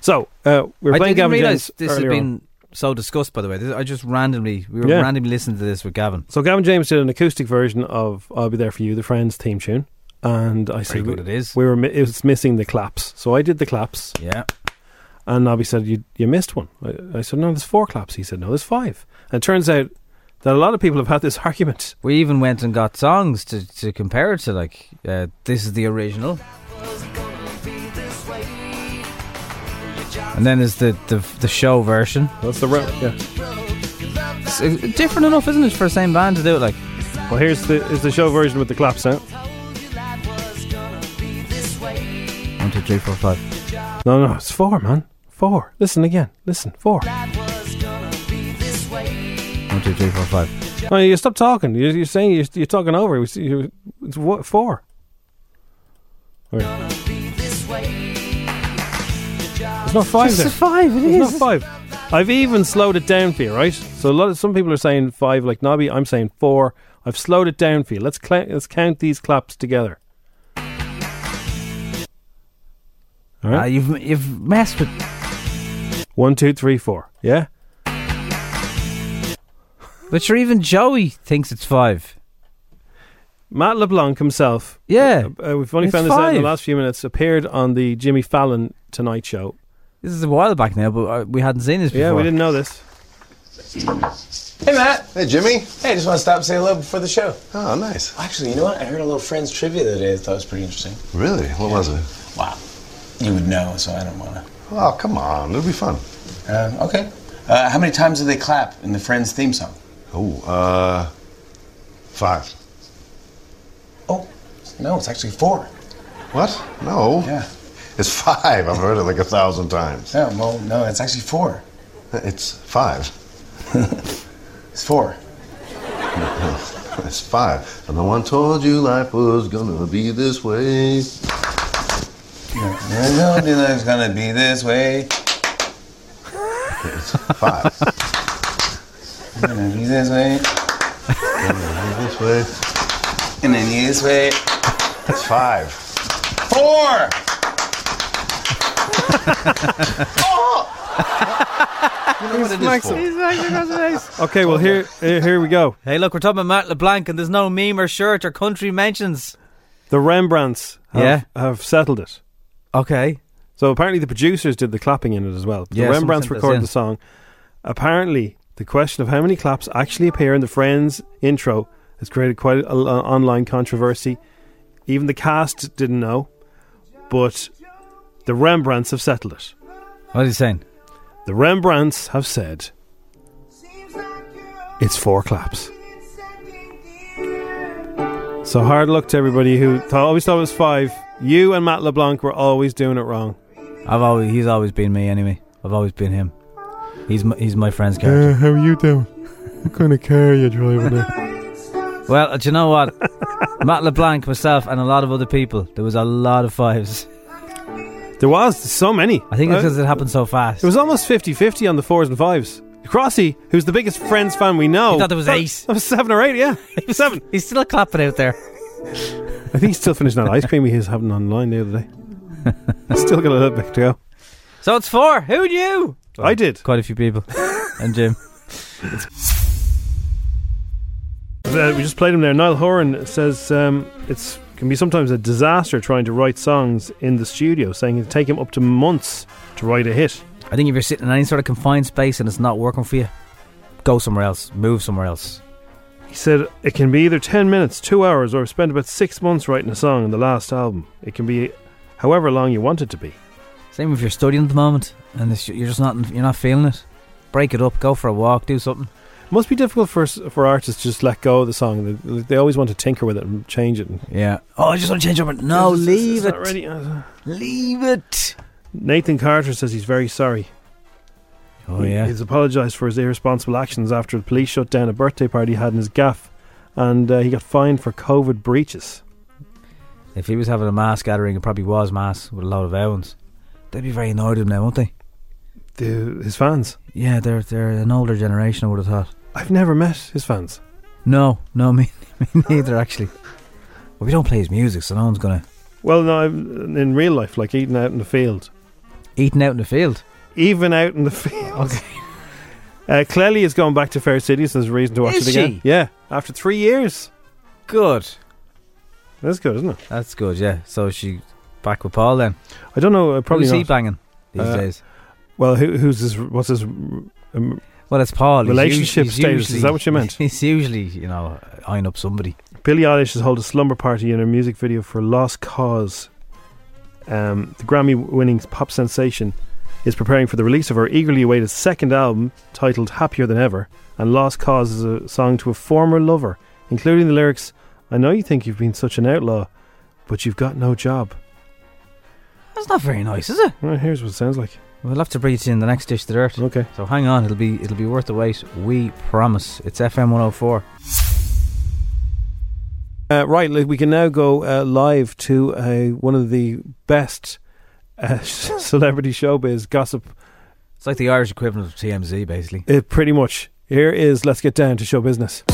S3: So uh, we we're
S4: I
S3: playing
S4: didn't
S3: Gavin
S4: realize
S3: James
S4: this had
S3: earlier on.
S4: been so discussed. By the way, this, I just randomly we were
S3: Yeah.
S4: randomly listening to this with Gavin.
S3: So Gavin James did an acoustic version of "I'll Be There for You," the Friends theme tune, and I said
S4: good
S3: we-
S4: it is.
S3: We were mi- it was missing the claps, so I did the claps,
S4: Yeah,
S3: and Nobby said you you missed one. I, I said no, there's four claps. He said no, there's five. And it turns out that a lot of people have had this <laughs> argument.
S4: we even went and got songs to, to compare it to. Like uh, this is the original, and then there's the the, the show version.
S3: That's the round. Yeah.
S4: It's uh, different enough, isn't it, for the same band to do it? Like,
S3: Well, here's the is the show version with the claps eh? now.
S4: one, two, three, four, five.
S3: No, no, it's four, man. Four. Listen again. Listen, four.
S4: One, two, three, four, five.
S3: No, you stop talking. You're, you're saying you're, you're talking over. It's, you, it's what four? Okay. It's not five.
S4: It's
S3: there.
S4: a five, it
S3: It's
S4: is.
S3: not five. I've even slowed it down for you, right? So a lot of some people are saying five, like Nobby. I'm saying four. I've slowed it down for you. Let's cla let's count these claps together. All
S4: Ah,
S3: right,
S4: you've you've messed with.
S3: one, two, three, four. Yeah.
S4: But sure, even Joey thinks it's five.
S3: Matt LeBlanc himself
S4: Yeah,
S3: Uh, we've only
S4: It's
S3: found this out in
S4: five.
S3: the last few minutes. Appeared on the Jimmy Fallon Tonight Show.
S4: this is a while back now, but uh, we hadn't seen this before.
S3: Yeah, we didn't know this.
S7: Hey, Matt. Hey,
S8: Jimmy?
S7: I just want to stop and say hello before the show.
S8: Oh, nice.
S7: Actually, you know what? I heard a little friend's trivia the other day I thought was pretty interesting.
S8: Really? What was it?
S7: Wow. You would know, so I don't want to.
S8: Oh, come on. It'll be fun.
S7: Uh, okay. Uh, how many times do they clap in the Friends theme song?
S8: Oh, uh, five.
S7: Oh, no, it's actually four.
S8: What? No.
S7: Yeah.
S8: It's five. I've heard it like a thousand times.
S7: No, well, no, it's actually four.
S8: It's five.
S7: It's four.
S8: It's five. And no one told you life was gonna be this way.
S7: No, no, no, life's gonna be this way.
S8: It's five.
S7: Gonna be this way.
S8: this way.
S7: And then this way.
S8: It's five.
S7: Four!
S3: Okay, well here here here we go.
S4: <laughs> Hey, look, we're talking about Matt LeBlanc, and there's no meme or shirt or country mentions.
S3: The Rembrandts have,
S4: Yeah.
S3: have settled it.
S4: Okay.
S3: So apparently the producers did the clapping in it as well. The
S4: Yeah, someone
S3: Rembrandts
S4: sent this
S3: recorded
S4: in.
S3: the song. Apparently, the question of how many claps actually appear in the Friends intro has created quite a, l- online controversy. Even the cast didn't know, but the Rembrandts have settled it.
S4: What are you saying?
S3: The Rembrandts have said
S5: Seems like you're
S3: it's four claps.
S5: in second gear.
S3: So hard luck to everybody who th- always thought it was five. You and Matt LeBlanc were always doing it wrong.
S4: I've always he's always been me anyway. I've always been him. He's my, he's my friend's character.
S3: Uh, how are you doing? What kind of car are you driving?
S4: Well, do you know what? <laughs> Matt LeBlanc, myself, and a lot of other people. There was a lot of fives.
S3: There was so many.
S4: I think it's
S3: Uh,
S4: because it happened so fast.
S3: it was almost 50-50 on the fours and fives. Crossy, who's the biggest Friends fan we know,
S4: He thought there was eight.
S3: That was seven or
S4: <laughs>
S3: eight, yeah, seven.
S4: He's still clapping out there.
S3: I think he's still finishing that ice cream he was having online the other day. <laughs> still got a little bit to go.
S4: So it's four. Who knew?
S3: I did.
S4: Quite a few
S3: <laughs>
S4: people. and Jim.
S3: Uh, we just played him there. Niall Horan says um, it's can be sometimes a disaster trying to write songs in the studio, saying it take him up to months to write a hit.
S4: I think if you're sitting in any sort of confined space and it's not working for you, go somewhere else, move somewhere else.
S3: He said, It can be either 10 minutes, 2 hours, or spend about 6 months writing a song on the last album. It can be however long you want it to be.
S4: Same if you're studying at the moment and it's, you're just not you're not feeling it. Break it up, go for a walk, do something.
S3: Must be difficult for s- for artists to just let go of the song. They, they always want to tinker with it and change it.
S4: Yeah. Oh, I just want to change over. No,
S3: It's- it's-
S4: leave
S3: it's
S4: it.
S3: not ready. Uh,
S4: Leave it.
S3: Nathan Carter says he's very sorry.
S4: Oh
S3: He-
S4: yeah.
S3: He's apologised for his irresponsible actions after the police shut down a birthday party he had in his gaff, and uh, he got fined for COVID breaches.
S4: If he was having a mass gathering, it probably was mass with a lot of Owens. They'd be very annoyed with him now, wouldn't they?
S3: The, his fans.
S4: Yeah, they're they're an older generation. I would have thought.
S3: I've never met his fans.
S4: No, no, <laughs> me, me neither. Actually, well, we don't play his music, so no one's gonna
S3: Well, no, I've, in real life, like eating out in the field,
S4: eating out in the field.
S3: even out in the <laughs> field. Okay. Uh, Clelly is going back to Fair City, so there's a reason to watch
S4: Is
S3: it again.
S4: she?
S3: Yeah, after three years.
S4: Good.
S3: That's good, isn't it?
S4: That's good. Yeah. So she back with Paul then.
S3: I don't know. uh, Probably
S4: Who's
S3: not.
S4: he banging these
S3: Uh,
S4: days?
S3: Well, who, who's his? What's his? Um,
S4: Well, it's Paul. He's usu-
S3: relationship
S4: he's
S3: status, is
S4: usually-
S3: that what you
S4: <laughs>
S3: meant?
S4: He's usually, you know, eyeing up somebody.
S3: Billie Eilish has held a slumber party in her music video for "Lost Cause." Um, the Grammy-winning pop sensation is preparing for the release of her eagerly awaited second album, titled "Happier Than Ever," and "Lost Cause" is a song to a former lover, including the lyrics, "I know you think you've been such an outlaw, but you've got no job."
S4: That's not very nice, is it?
S3: Well, here's what it sounds like.
S4: We'll have to breathe in the next dish to dirt.
S3: Okay.
S4: So hang on, it'll be it'll be worth the wait. We promise. It's FM 104.
S3: Uh, right, li- we can now go uh, live to uh, one of the best uh, <laughs> celebrity showbiz gossip.
S4: It's like the Irish equivalent of TMZ, basically.
S3: It pretty much. Here is Let's Get Down to Show Business.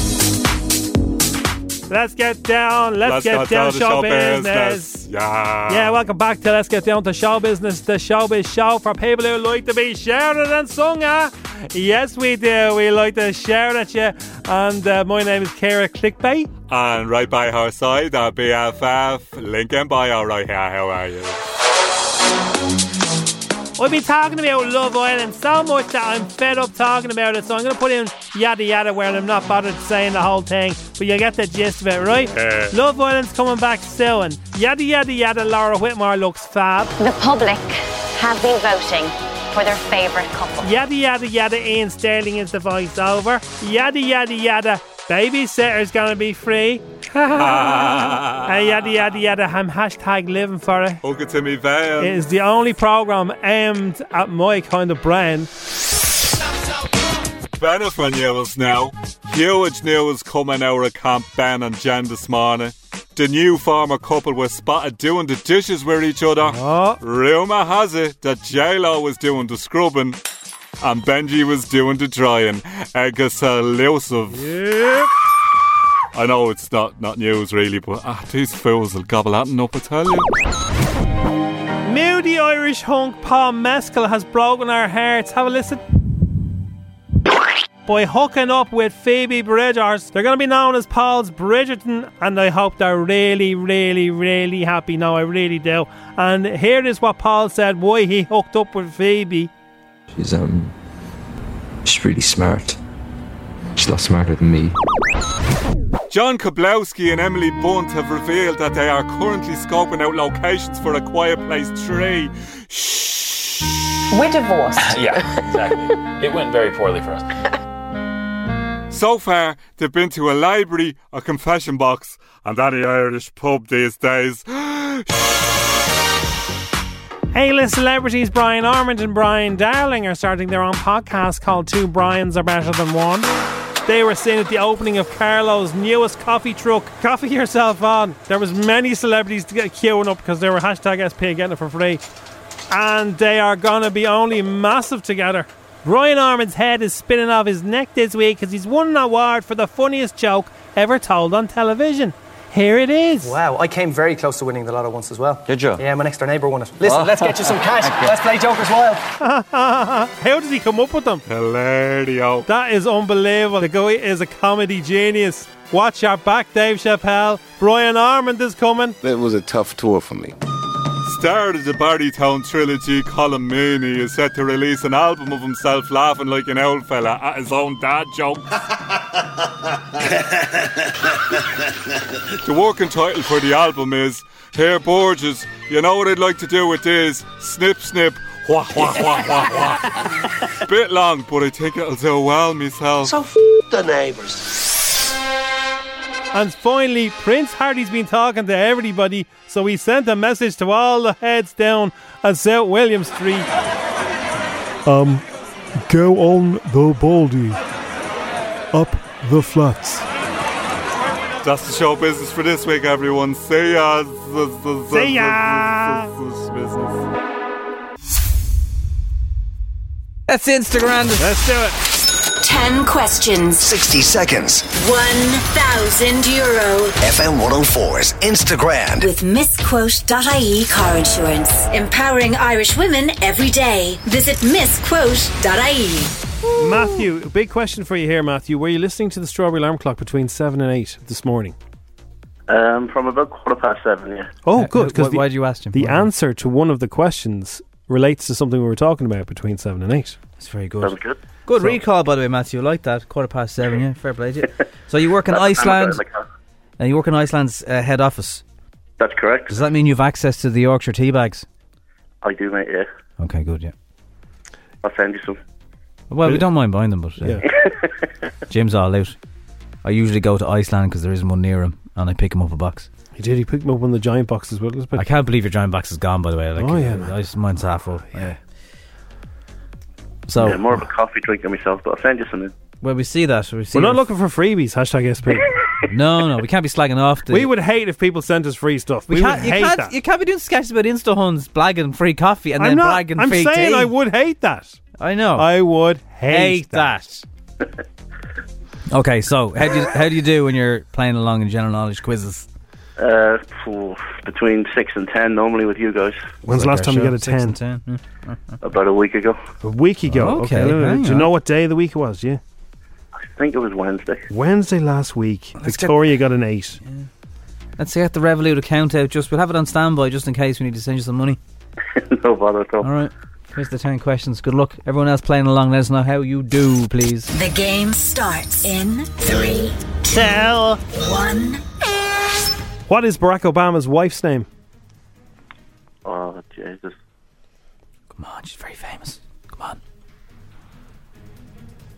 S3: Let's get down. Let's, get, down, to show business.
S9: Yeah.
S3: Yeah, welcome back to Let's Get Down to Show Business, the showbiz show for people who like to be shouted and sung at. Yes, we do. We like to shout at you. And uh, my name is Kara Clickbait.
S9: And right by her side, uh, our BFF, Lincoln Bio, right here. How are you?
S3: We've been talking about Love Island so much that I'm fed up talking about it, so I'm going to put in yada yada where I'm not bothered saying the whole thing, but you get the gist of it, right?
S9: Yeah.
S3: Love Island's coming back soon. Yada yada yada, Laura Whitmore looks fab.
S10: The public have been voting for their favourite couple.
S3: Yada yada yada, Ian Sterling is the voiceover. Yada yada yada, babysitter's going to be free. and yada yada yada, I'm hashtag living for it.
S9: Uncle Timmy Van.
S3: It is the only program aimed at my kind of brand.
S9: Benefit news now. Huge news coming out of Camp Ben and Jen this morning. The new former couple were spotted doing the dishes with each other.
S3: Oh.
S9: Rumour has it that J-Lo was doing the scrubbing and Benji was doing the drying. Agus elusive. I know it's not, not news really, but ah, these fools will gobble at and up, I tell you.
S3: Moody Irish hunk Paul Mescal has broken our hearts. Have a listen. By hooking up with Phoebe Bridgers, they're going to be known as Paul's Bridgerton, and I hope they're really, really, really happy now. I really do. And here is what Paul said why he hooked up with Phoebe.
S11: She's um, she's really smart. She's a lot smarter than me.
S9: John Koblowski and Emily Bunt have revealed that they are currently scoping out locations for a Quiet Place 3.
S12: We're divorced.
S13: yeah, exactly. it went very poorly for us.
S9: So far, they've been to a library, a confession box, and any Irish pub these days. <gasps>
S3: A-list celebrities Brian Armand and Brian Dowling are starting their own podcast called Two Brians Are Better Than One. They were seen at the opening of Carlo's newest coffee truck. Coffee yourself on. There was many celebrities to get queuing up because they were hashtag SP getting it for free. And they are going to be only massive together. Brian Armand's head is spinning off his neck this week because he's won an award for the funniest joke ever told on television. Here it is.
S14: Wow, I came very close to winning the lotto once as well. Did you? Yeah, my next door neighbour won it. Listen,
S3: Oh.
S14: let's get you some
S9: <laughs>
S14: cash.
S3: Okay.
S14: Let's play Joker's Wild.
S3: <laughs> How did he come up with them?
S9: Hilario.
S3: That is unbelievable. The guy is a comedy genius. Watch your back, Dave Chappelle. Brian Armand is coming.
S15: It was a tough tour for me.
S9: star of the Barrytown trilogy, Colin Meaney, is set to release an album of himself laughing like an old fella at his own dad jokes. the working title for the album is Here Borges, you know what I'd like to do with this? Snip, snip, wah, wah, wah, wah,
S15: <laughs>
S9: wah. Bit long, but I think it'll do well myself.
S15: So f- the neighbours.
S3: And finally, Prince Hardy's been talking to everybody, so he sent a message to all the heads down at South William Street.
S16: Um, go on the baldy, up the flats.
S9: That's the show business for this week, everyone. See ya.
S3: See ya.
S4: That's Instagram.
S3: Let's do it.
S17: 10 questions.
S18: 60 seconds.
S17: 1,000 euro.
S18: FM 104's Instagram.
S17: With misquote.ie E car insurance. Empowering Irish women every day. Visit misquote.ie.
S3: Matthew, a big question for you here, Matthew. Were you listening to the strawberry alarm clock between 7 and 8 this morning?
S19: Um, from about quarter past seven, yeah.
S3: Oh, good. Because
S4: wh- why did you ask him?
S3: The
S4: Why?
S3: answer to one of the questions relates to something we were talking about between 7 and 8.
S4: It's very good. good. recall, by the way, Matthew. I like that. Quarter past seven, yeah. Fair play to
S19: <laughs>
S4: you. So you work in
S19: That's the time I
S4: Iceland,
S19: got in the car.
S4: and you work in Iceland's uh, head office.
S19: That's correct.
S4: Does that mean you've access to the Yorkshire tea bags?
S19: I do, mate, yeah.
S4: Okay, good, yeah.
S19: I'll send you some.
S4: Well, we don't mind buying them, but uh, Jim's all out. I usually go to Iceland because there isn't one near him, and I pick him up a box.
S3: He did. He picked me up on the giant box as well.
S4: I can't believe your giant box is gone. By the way, like,
S3: Oh, yeah,
S4: uh,
S3: man.
S4: I just mine's half full. Yeah. So
S19: yeah, more of a coffee drinker myself, but I'll send you some. in.
S4: when we see that, we see
S3: We're not looking for freebies. Hashtag <laughs> SP.
S4: no, no, we can't be slagging
S19: <laughs>
S4: off. The,
S3: we would hate if people sent us free stuff. We,
S4: We can't,
S3: would
S4: you,
S3: hate
S4: can't,
S3: that.
S4: you can't be doing sketches about Insta huns blagging free coffee and
S3: I'm
S4: then
S3: not-
S4: blagging
S3: I'm
S4: free
S3: saying
S4: tea.
S3: I would hate that.
S4: I know.
S3: I would Oh. hate,
S4: Hate that. okay, so how do you how do you do when you're playing along in general knowledge quizzes?
S19: Uh, phew, between six and ten, normally with you <laughs> guys.
S3: When's the last time you got a 10?
S19: About a week ago.
S3: A week ago.
S19: Okay,
S3: Oh, Okay.
S19: hang
S3: Do you
S19: on.
S3: know what day of the week it was? Yeah.
S19: I think it was Wednesday.
S3: Wednesday last week, Victoria got an 8.
S4: Let's get the Revolut account out. Just we'll have it on standby just in case we need to send you some money.
S19: no bother at all.
S4: All right. Here's the ten questions. Good luck, everyone else playing along. Let us know how you do, please.
S17: The game starts in three,
S4: two, one.
S3: What is Barack Obama's wife's name?
S19: Oh, Jesus.
S4: Come on, she's very famous. Come on.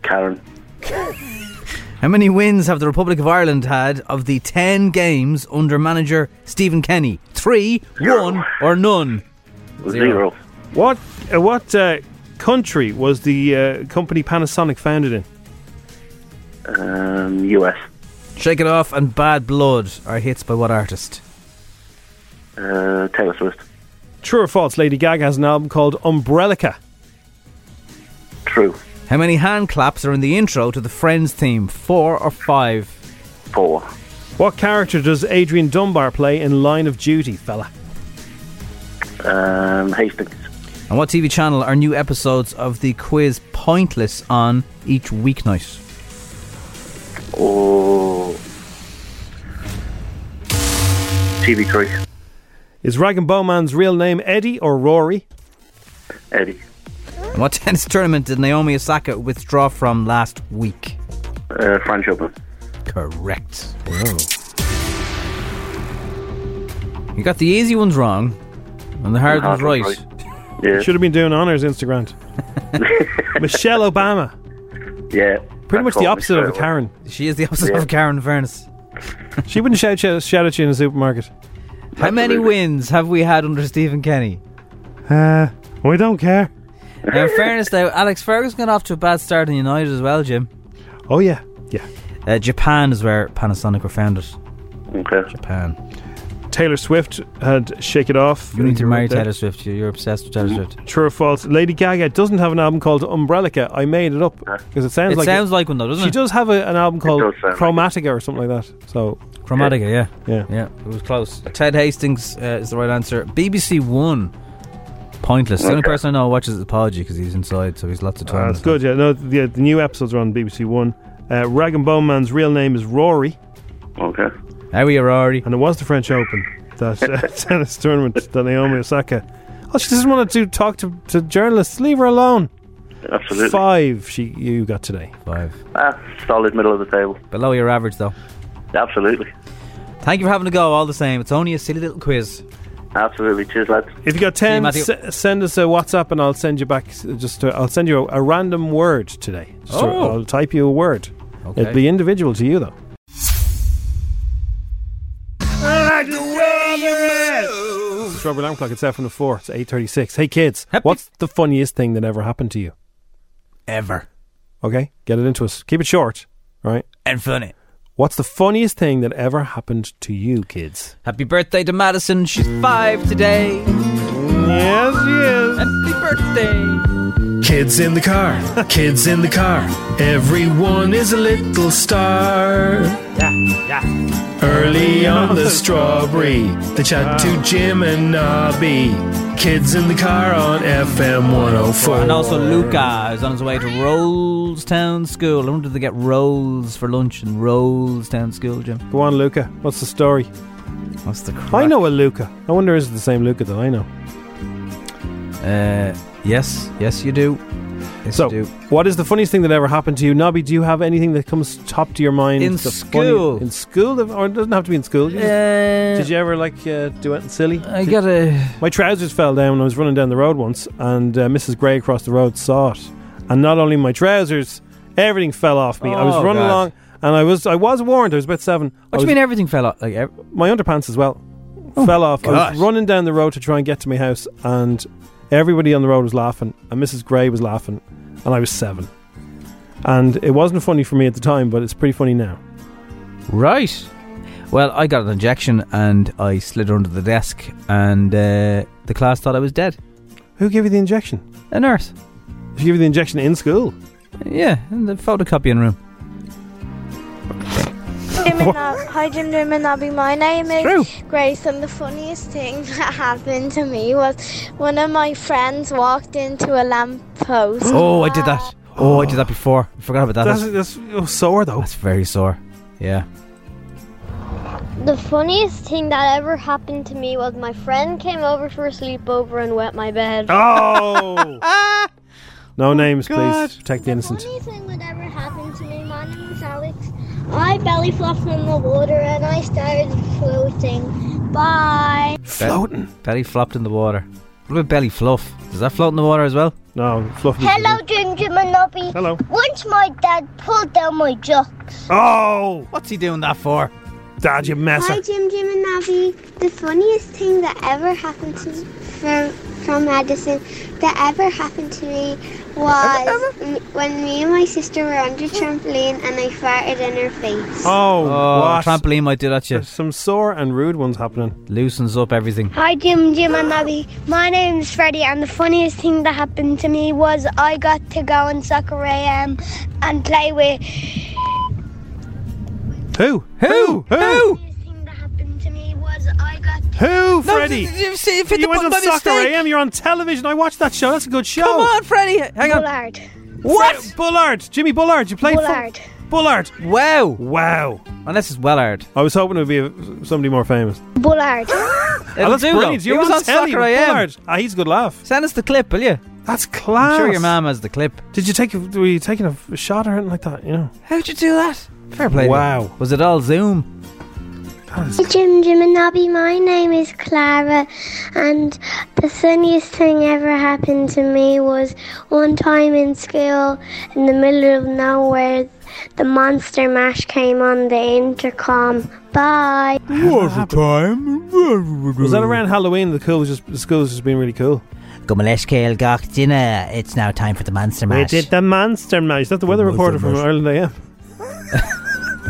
S19: Karen.
S4: <laughs> How many wins have the Republic of Ireland had of the 10 games under manager Stephen Kenny? Three, one, or none?
S19: Zero.
S3: What uh, what uh, country was the uh, company Panasonic founded in?
S19: Um, US.
S4: Shake It Off and Bad Blood are hits by what artist?
S19: Uh, Taylor Swift.
S3: True or false, Lady Gaga has an album called Umbrellica.
S19: True.
S4: How many hand claps are in the intro to the Friends theme? Four or five?
S19: Four.
S3: What character does Adrian Dunbar play in Line of Duty, fella?
S19: Um, Hastings.
S4: And what TV channel are new episodes of the quiz Pointless on each weeknight?
S19: Oh. TV3.
S3: Is Rag and Bowman's real name Eddie or Rory?
S19: Eddie.
S4: And what <laughs> tennis tournament did Naomi Osaka withdraw from last week?
S19: Uh, French Open.
S4: Correct. You got the easy ones wrong and the hard ones right.
S19: Yeah.
S3: Should have been doing honours
S19: <laughs>
S3: Instagram. Michelle Obama.
S19: Yeah.
S3: Pretty much the opposite of a Karen.
S4: She is the opposite of Karen in fairness.
S3: She wouldn't shout, shout, shout at you in a supermarket.
S4: How many wins have we had under Stephen Kenny?
S3: Uh, we don't care.
S4: Now, in <laughs> fairness, though, Alex Ferguson got off to a bad start in United as well, Jim.
S3: Oh, yeah. Yeah.
S4: Uh, Japan is where Panasonic were founded.
S19: Okay.
S4: Japan.
S3: Taylor Swift had Shake It Off.
S4: You need to marry Taylor Swift. You're you're obsessed with Taylor Swift.
S3: True or false? Lady Gaga doesn't have an album called Umbrellica. I made it up because it sounds
S4: It
S3: like
S4: sounds like one though, doesn't
S3: she
S4: it?
S3: does have a, an album called
S4: does sound like
S3: Chromatica or something like that. So
S4: Chromatica, yeah.
S3: yeah,
S4: yeah. It was close. Ted Hastings uh, is the right answer. BBC One. Pointless. The only
S3: Okay.
S4: person I know who watches is Apology because he's inside, so he's lots of
S3: Uh,
S4: time.
S3: that's good. Yeah, no, the, the new episodes are on BBC One. Uh, Rag and Bone Man's real name is Rory.
S19: Okay.
S4: How are you, Rory?
S3: And it was the French Open. that
S19: <laughs>
S3: uh, tennis tournament that Naomi Osaka. Oh, she doesn't want to do, talk to, to journalists. Leave her alone.
S19: Absolutely.
S3: Five. She you got today.
S4: Five.
S19: Ah, solid middle of the table.
S4: Below your average, though.
S19: Absolutely.
S4: Thank you for having a go all the same. It's only a silly little quiz.
S19: Absolutely. Cheers, lads.
S3: If you got
S4: See you,
S3: ten,
S4: Matthew.
S3: s- send us a WhatsApp and I'll send you back. s- Just i I'll send you a, a random word today. Just a-
S4: Oh.
S3: I'll type you a word.
S4: Okay.
S3: It'd be individual to you though.
S5: like the way you move.
S3: It's Strawberry Alarm Clock. It's seven to four. It's eight thirty-six. Hey kids, what's the funniest thing that ever happened to you?
S4: Ever.
S3: Okay, get it into us. Keep it short, all right?
S4: And funny.
S3: What's the funniest thing that ever happened to you, kids?
S4: Happy birthday to Madison. She's five today.
S3: Yes, yes.
S4: Happy birthday.
S20: Kids in the car, kids in the car. Everyone is a little star.
S4: Yeah, yeah. <laughs>
S20: Early on the strawberry, they chat
S4: Ah.
S20: to Jim and Nobby. Kids in the car on FM 104.
S4: And also Luca is on his way to Rollstown School. I wonder if they get rolls for lunch in Rollstown School, Jim.
S3: Go on, Luca. What's the story?
S4: What's the crack?
S3: I know a Luca. I wonder is it the same Luca that I know?
S4: Uh, yes, yes, you do. Yes,
S3: so,
S4: you do.
S3: what is the funniest thing that ever happened to you, Nobby? Do you have anything that comes top to your mind?
S4: In
S3: The
S4: school?
S3: in school, that- or it doesn't have to be in school. You just-
S4: Uh,
S3: did you ever like uh, do anything silly?
S4: I got a.
S3: My trousers fell down when I was running down the road once, and uh, Mrs. Gray across the road saw it. And not only my trousers, everything fell off me. I was
S4: Oh,
S3: running
S4: God.
S3: along, and I was I was warned. I was about seven.
S4: What do you mean everything fell off? Like ev-
S3: my underpants as well fell off. I
S4: gosh.
S3: was running down the road to try and get to my house, and everybody on the road was laughing, and Mrs. Gray was laughing, and I was seven. And it wasn't funny for me at the time, but it's pretty funny now.
S4: Right. Well, I got an injection and I slid under the desk, and uh, the class thought I was dead.
S3: Who gave you the injection?
S4: A nurse.
S3: She gave you the injection in school?
S4: Yeah, in the photocopying room.
S1: Jim and Nob- Hi, Jim, Jim and Nobby. My name is Grace, and the funniest thing <laughs> that happened to me was one of my friends walked into a lamppost.
S4: Oh, I did that. Oh, I did that before. I forgot about that.
S3: That's, that's, sore though.
S4: That's very sore. Yeah.
S21: The funniest thing that ever happened to me was my friend came over for a sleepover and wet my bed.
S3: <laughs> Oh! <laughs> No names,
S21: God.
S3: please. Protect the innocent.
S21: thing that ever happened to me, my name is Alex. I belly flopped in the water and I started floating. Bye.
S3: Floating.
S4: Belly flopped in the water. What about belly fluff? Does that float in the water as well?
S3: No, fluff.
S21: Hello, Jim Jim and Nobby. Hello. Once my dad pulled down my jocks.
S3: Oh!
S4: What's he doing that for?
S3: Dad, you messer.
S21: Jim Jim and Nobby. The funniest thing that ever happened to from from Madison that ever happened to me was m- when me and my sister were on the trampoline and I farted in her face.
S3: Oh, what?
S4: trampoline might do that to you.
S3: Some sore and rude ones happening.
S4: Loosens up everything.
S21: Hi, Jim, Jim, and Abby. My name's Freddie, and the funniest thing that happened to me was I got to go on Soccer AM and play with.
S3: Who? Who? Who? Who, Freddie?
S4: you- you see- if it
S3: you went on
S4: depends by
S3: Soccer
S4: mistake.
S3: AM, you're on television. I watched that show. That's a good show.
S4: Come on, Freddie. Hang on.
S21: Bullard.
S3: What? Bullard. Jimmy Bullard. You played
S21: Bullard.
S3: For Bullard.
S4: Wow.
S3: Wow.
S4: Unless it's Wellard.
S3: I was hoping it would be a, somebody more famous.
S21: Bullard.
S3: Alex
S4: do, though.
S3: Oh, Brilliant. You're
S4: He was on
S3: telly.
S4: Soccer AM.
S3: Bullard. Ah, he's a good laugh.
S4: Send us the clip, will you?
S3: That's class.
S4: I'm sure your mum has the clip.
S3: Did you take? a- Were you taking a, a shot or anything like that? You know.
S4: How'd you do that? Fair play. to you.
S3: Wow.
S4: Was it all Zoom?
S21: Jim, Jim, and Abby. My name is Clara, and the funniest thing ever happened to me was one time in school, in the middle of nowhere, the Monster Mash came on the intercom. Bye.
S3: What a time. Was that around Halloween? The school was just the school was just being really cool.
S4: Gumaleshkail gach dinner. It's now time for the monster
S3: We did the monster mash. That's the weather reporter from Ireland AM.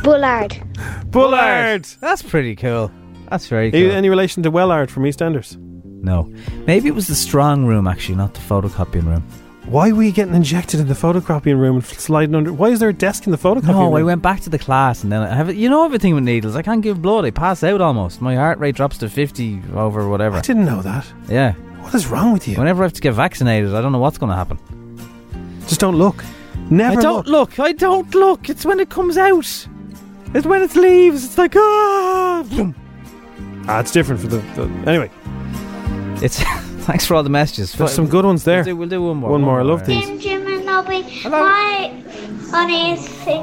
S21: Bullard.
S3: <laughs> Bullard.
S4: That's pretty cool. That's very
S3: Are
S4: cool.
S3: you any relation to Wellard from EastEnders?
S4: no. Maybe it was the strong room, actually, not the photocopying room.
S3: Why were you getting injected in the photocopying room and sliding under? Why is there a desk in the photocopying room?
S4: No, I went back to the class and then I have it. You know everything with needles. I can't give blood. I pass out almost. My heart rate drops to 50 over whatever.
S3: I didn't know that.
S4: Yeah.
S3: What is wrong with you?
S4: Whenever I have to get vaccinated, I don't know what's going to happen.
S3: Just don't look. Never
S4: I don't look. I don't look. It's when it comes out. It's when it leaves. It's like ah. boom.
S3: Ah, it's different for the, the anyway.
S4: It's <laughs> thanks for all the messages.
S3: There's some good ones there.
S4: We'll do, we'll do one more.
S3: One more. I love these.
S21: Jim, Jim, and Nobby. My funniest thing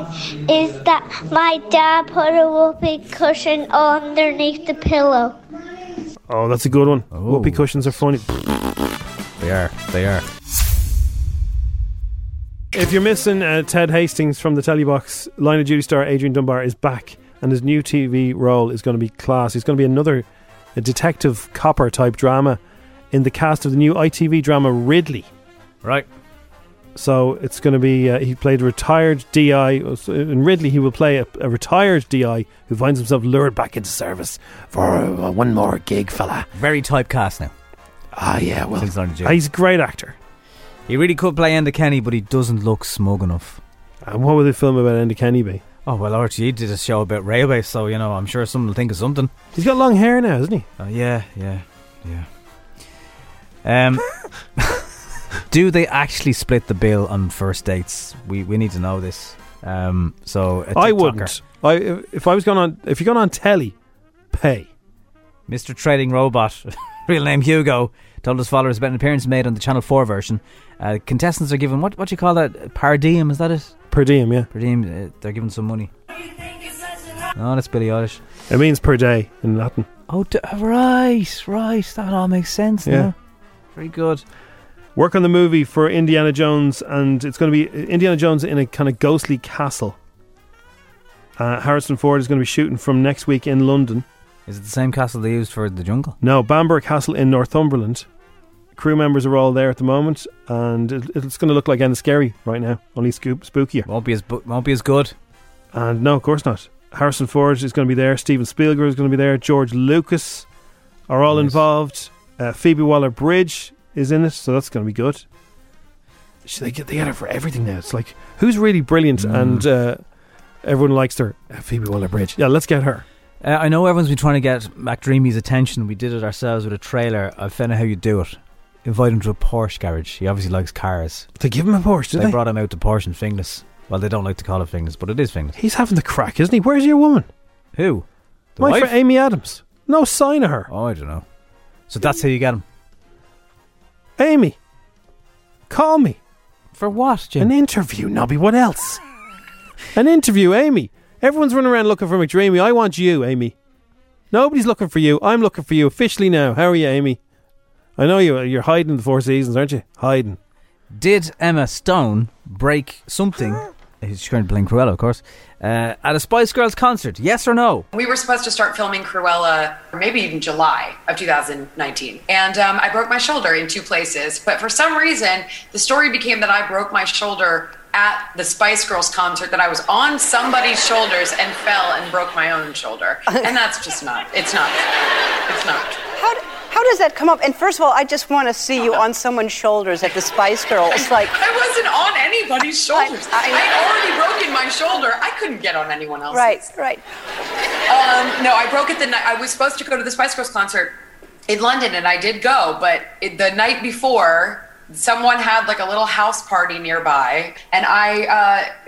S21: is that my dad put a whoopee cushion underneath the pillow.
S3: Oh, that's a good one. Whoopee cushions are funny.
S4: They are. They are.
S3: If you're missing uh, Ted Hastings from the Telly Box, Line of Duty star Adrian Dunbar is back, and his new TV role is going to be class. He's going to be another a detective copper type drama in the cast of the new ITV drama Ridley.
S4: Right.
S3: So it's going to be uh, he played a retired DI so in Ridley. He will play a, a retired DI who finds himself lured back into service for uh, one more gig, fella.
S4: Very typecast now.
S3: Ah, yeah. Well,
S4: Since Lorna June.
S3: he's a great actor.
S4: He really could play Enda Kenny, but he doesn't look smug enough.
S3: And what would the film about Enda Kenny be?
S4: Oh well, RTE did a show about railways, so you know I'm sure someone will think of something.
S3: He's got long hair now, isn't he?
S4: Oh yeah, yeah, yeah. Um, <laughs> do they actually split the bill on first dates? We we need to know this. Um, so a
S3: I
S4: TikToker.
S3: wouldn't. I if I was going on if you're going on telly, pay.
S4: Mr. Trading Robot, <laughs> real name Hugo, told his followers about an appearance made on the Channel 4 version. Uh, contestants are given, what what do you call that? Per diem, is that it?
S3: Per diem, yeah.
S4: Per diem, uh, they're given some money. No, that's Billy Eilish.
S3: It means per day in Latin.
S4: Oh, d- right, right. That all makes sense
S3: Yeah.
S4: now. Very good.
S3: Work on the movie for Indiana Jones, and it's going to be Indiana Jones in a kind of ghostly castle. Uh, Harrison Ford is going to be shooting from next week in London.
S4: Is it the same castle they used for The Jungle?
S3: No, Bamber Castle in Northumberland. Crew members are all there at the moment, and it, it's going to look like End Scary right now, only scoop, spookier.
S4: Won't be as bu- won't be as good.
S3: And no, of course not. Harrison Ford is going to be there. Steven Spielberg is going to be there. George Lucas are all involved. Uh, Phoebe Waller Bridge is in it, so that's going to be good. She- They get they get her for everything now. It's like who's really brilliant
S4: Mm.
S3: and uh, everyone likes her. Uh, Phoebe Waller Bridge. Yeah, let's get her.
S4: Uh, I know everyone's been trying to get MacDreamy's attention. We did it ourselves with a trailer. I found out how you do it. Invite him to a Porsche garage. He obviously likes cars.
S3: They give him a Porsche, did
S4: they,
S3: they?
S4: brought him out to Porsche and Fingless. Well, they don't like to call it Fingless, but it is Fingless.
S3: He's having the crack, isn't he? Where's your woman?
S4: Who? The
S3: My
S4: wife?
S3: friend Amy Adams. No sign of her.
S4: oh, I don't know. So that's how you get him.
S3: Amy, call me.
S4: For what,
S3: An
S4: Jim?
S3: interview, Nobby. What else? An interview, Amy. Everyone's running around looking for McDreamy. I want you, Amy. Nobody's looking for you. I'm looking for you officially now. How are you, Amy? I know you. You're hiding the Four Seasons, aren't you? Hiding.
S4: Did Emma Stone break something? She's trying to blame Cruella, of course. Uh, at a Spice Girls concert, yes or no?
S22: We were supposed to start filming Cruella, or maybe even July of 2019. And um, I broke my shoulder in two places. But for some reason, the story became that I broke my shoulder at the Spice Girls concert, that I was on somebody's shoulders and fell and broke my own shoulder. And that's just not, it's not, it's not.
S2: How, d- how does that come up? And first of all, I just want to see you on someone's shoulders at the Spice Girls. Like,
S22: I wasn't on anybody's shoulders. I, had already broken my shoulder. I couldn't get on anyone else's.
S2: right, right.
S22: Um, no, I broke it the night. I was supposed to go to the Spice Girls concert in London, and I did go, but it, the night before, someone had like a little house party nearby, and I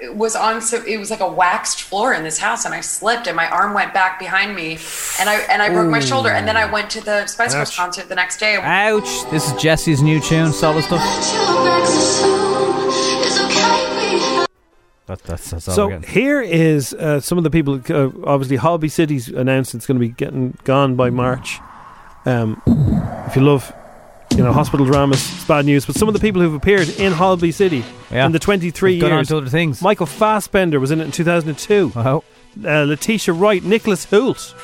S22: uh, was on. So it was like a waxed floor in this house, and I slipped, and my arm went back behind me, and I and I broke my
S4: Ooh.
S22: shoulder, and then I went to the Spice Girls
S4: Ouch.
S22: concert the next day.
S4: Ouch! This is Jesse's new tune, solo stuff. That, that's, that's all
S3: so
S4: we're getting.
S3: here is uh, some of the people. Uh, obviously, Hobby City's announced it's going to be getting gone by March. Um, if you love, you know, hospital dramas, it's bad news. But some of the people who've appeared in Hobby City
S4: Yeah.
S3: in the 23
S4: They've gone on
S3: years.
S4: to other things.
S3: Michael Fassbender was in it in 2002.
S4: Wow.
S3: Uh, Letitia Wright, Nicholas Hoult.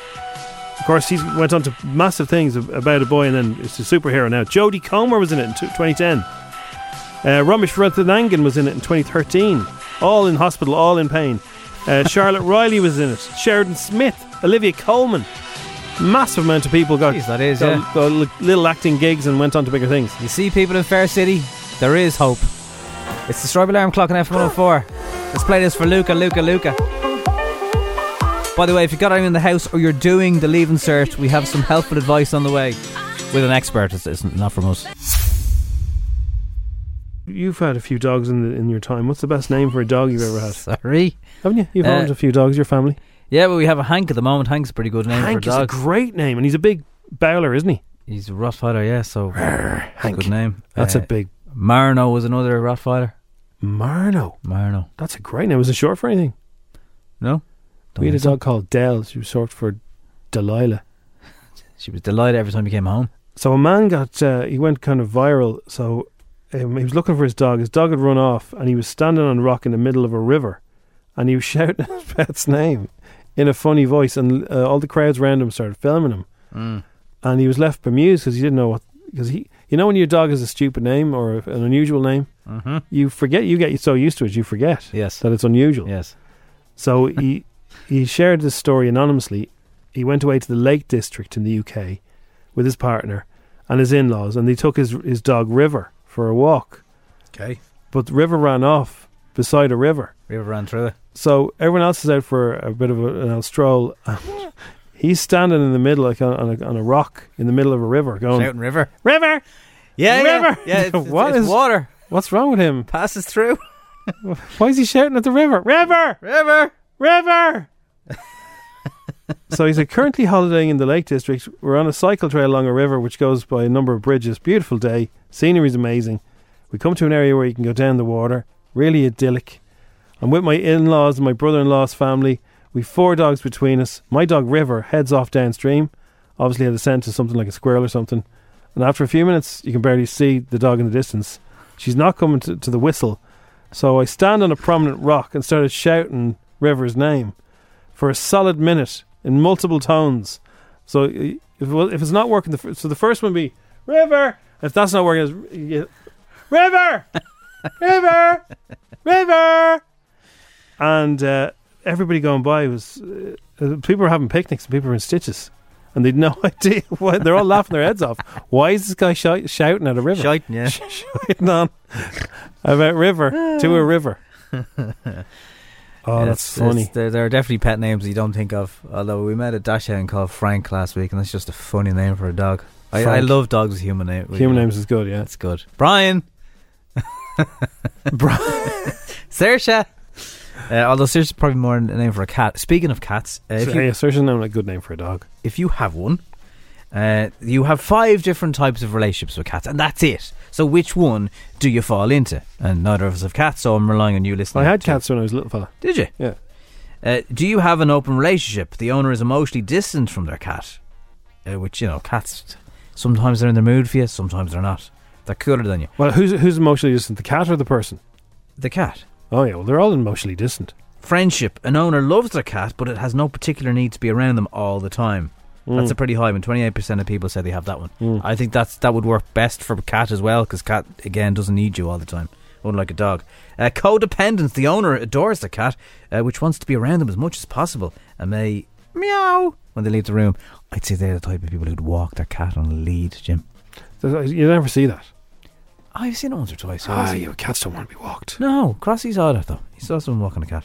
S3: Of course, he went on to massive things ab- about a boy and then it's a superhero now. Jodie Comer was in it in t- 2010. Uh, Ramesh Rantanangan was in it in 2013. All in hospital, all in pain.
S4: <laughs>
S3: Uh, Charlotte Riley was in it. Sheridan Smith, Olivia Coleman. Massive amount of people got,
S4: that is,
S3: got-
S4: yeah.
S3: got li- little acting gigs and went on to bigger things.
S4: You see people in Fair City, there is hope. It's the Strawberry Alarm Clock on F104. Let's play this for Luca, Luca, Luca. By the way, if you've got anyone in the house or you're doing the leave insert, we have some helpful advice on the way with an expert. It's, it's not from us.
S3: You've had a few dogs in, the, in your time. What's the best name for a dog you've ever had?
S4: Sorry.
S3: Haven't you? You've
S4: Uh,
S3: owned a few dogs, your family.
S4: Yeah, but we have a Hank at the moment. Hank's a pretty good name
S3: Hank
S4: for a
S3: is a
S4: dog.
S3: great name, and he's a big bowler, isn't he?
S4: He's a Rottweiler, yeah. So it's a
S3: Hank.
S4: good name. Uh,
S3: That's a big-
S4: Marno was another Rottweiler.
S3: Marno.
S4: Marno.
S3: That's a great name. Was it short for anything?
S4: No.
S3: we had a
S4: think so.
S3: dog called Dell. She was short for Delilah.
S4: She was Delilah every time he came home.
S3: So a man got uh, he went kind of viral. So um, he was looking for his dog. His dog had run off, and he was standing on a rock in the middle of a river, and he was <laughs> shouting his pet's name in a funny voice, and uh, all the crowds around him started filming him,
S4: Mm.
S3: and he was left bemused because he didn't know what because he you know when your dog has a stupid name or a, an unusual name,
S4: Mhm.
S3: you forget you get so used to it you forget
S4: yes
S3: that it's unusual
S4: yes.
S3: So he he shared this story anonymously. He went away to the Lake District in the UK with his partner and his in-laws, and they took his his dog River for a walk.
S4: Okay.
S3: But River ran off beside a river.
S4: River ran through it.
S3: So everyone else is out for a bit of a, an old stroll. <laughs> And he's standing in the middle, like on, on, a, on a rock in the middle of a river, going
S4: Shouting river.
S3: River.
S4: Yeah, yeah.
S3: river.
S4: Yeah, it's- it's-
S3: What
S4: it's
S3: is-
S4: water.
S3: What's wrong with him?
S4: Passes through.
S3: Why is he shouting at the river? River.
S4: River.
S3: River. <laughs> so he's like, currently holidaying in the Lake District. We're on a cycle trail along a river which goes by a number of bridges. Beautiful day. Scenery's amazing. We come to an area where you can go down the water. Really idyllic. I'm with my in laws and my brother in law's family. We've four dogs between us. My dog River heads off downstream. Obviously had a scent to something like a squirrel or something. And after a few minutes you can barely see the dog in the distance. She's not coming to, to the whistle. So I stand on a prominent rock and started shouting River's name for a solid minute in multiple tones. So uh, if, it wa- if it's not working, the f- so the first one be River. If that's not working, it's, you- River, <laughs> River, River, and uh, everybody going by was uh, uh, people were having picnics and people were in stitches. And they'd no <laughs> idea why they're all laughing their heads off. Why is this guy shi- shouting at a river?
S4: Shouting, yeah,
S3: <laughs> shouting on about river to a <laughs> river. Oh, that's funny.
S4: there, there are definitely pet names that you don't think of. Although we met a dachshund called Frank last week, and that's just a funny name for a dog. I, I
S3: Frank.
S4: love dogs as human name.
S3: Human names is good, yeah.
S4: It's good. Brian. <laughs>
S3: Brian.
S4: Sersha. Uh, although Sersha's probably more a name for a cat. Speaking of cats, uh,
S3: So, yeah, Saoirse's not a good name for a dog.
S4: If you have one, uh, you have five different types of relationships with cats, and that's it. So which one do you fall into? And neither of us have cats, so I'm relying on you listening.
S3: I had cats when I was a little fella.
S4: Did you?
S3: Yeah.
S4: Uh, do you have an open relationship? The owner is emotionally distant from their cat, uh, which you know, cats sometimes they're in the mood for you, sometimes they're not. They're cooler than you.
S3: Well, who's who's emotionally distant, the cat or the person?
S4: The cat.
S3: Oh yeah, well they're all emotionally distant.
S4: Friendship. An owner loves their cat, but it has no particular need to be around them all the time. That's
S3: Mm.
S4: a pretty high one. Twenty-eight percent of people say they have that one. I think that's that would work best for a cat as well, because cat again doesn't need you all the time, unlike a dog. Uh, codependence. The owner adores the cat, uh, which wants to be around them as much as possible, and may meow when they leave the room. I'd say they're the type of people who'd walk their cat on a lead, Jim.
S3: There's- You never see that.
S4: I've seen it once or twice.
S3: Ah,
S4: honestly.
S3: yeah, but cats don't want to be walked.
S4: No, Crossy saw that though. He saw someone walking a cat.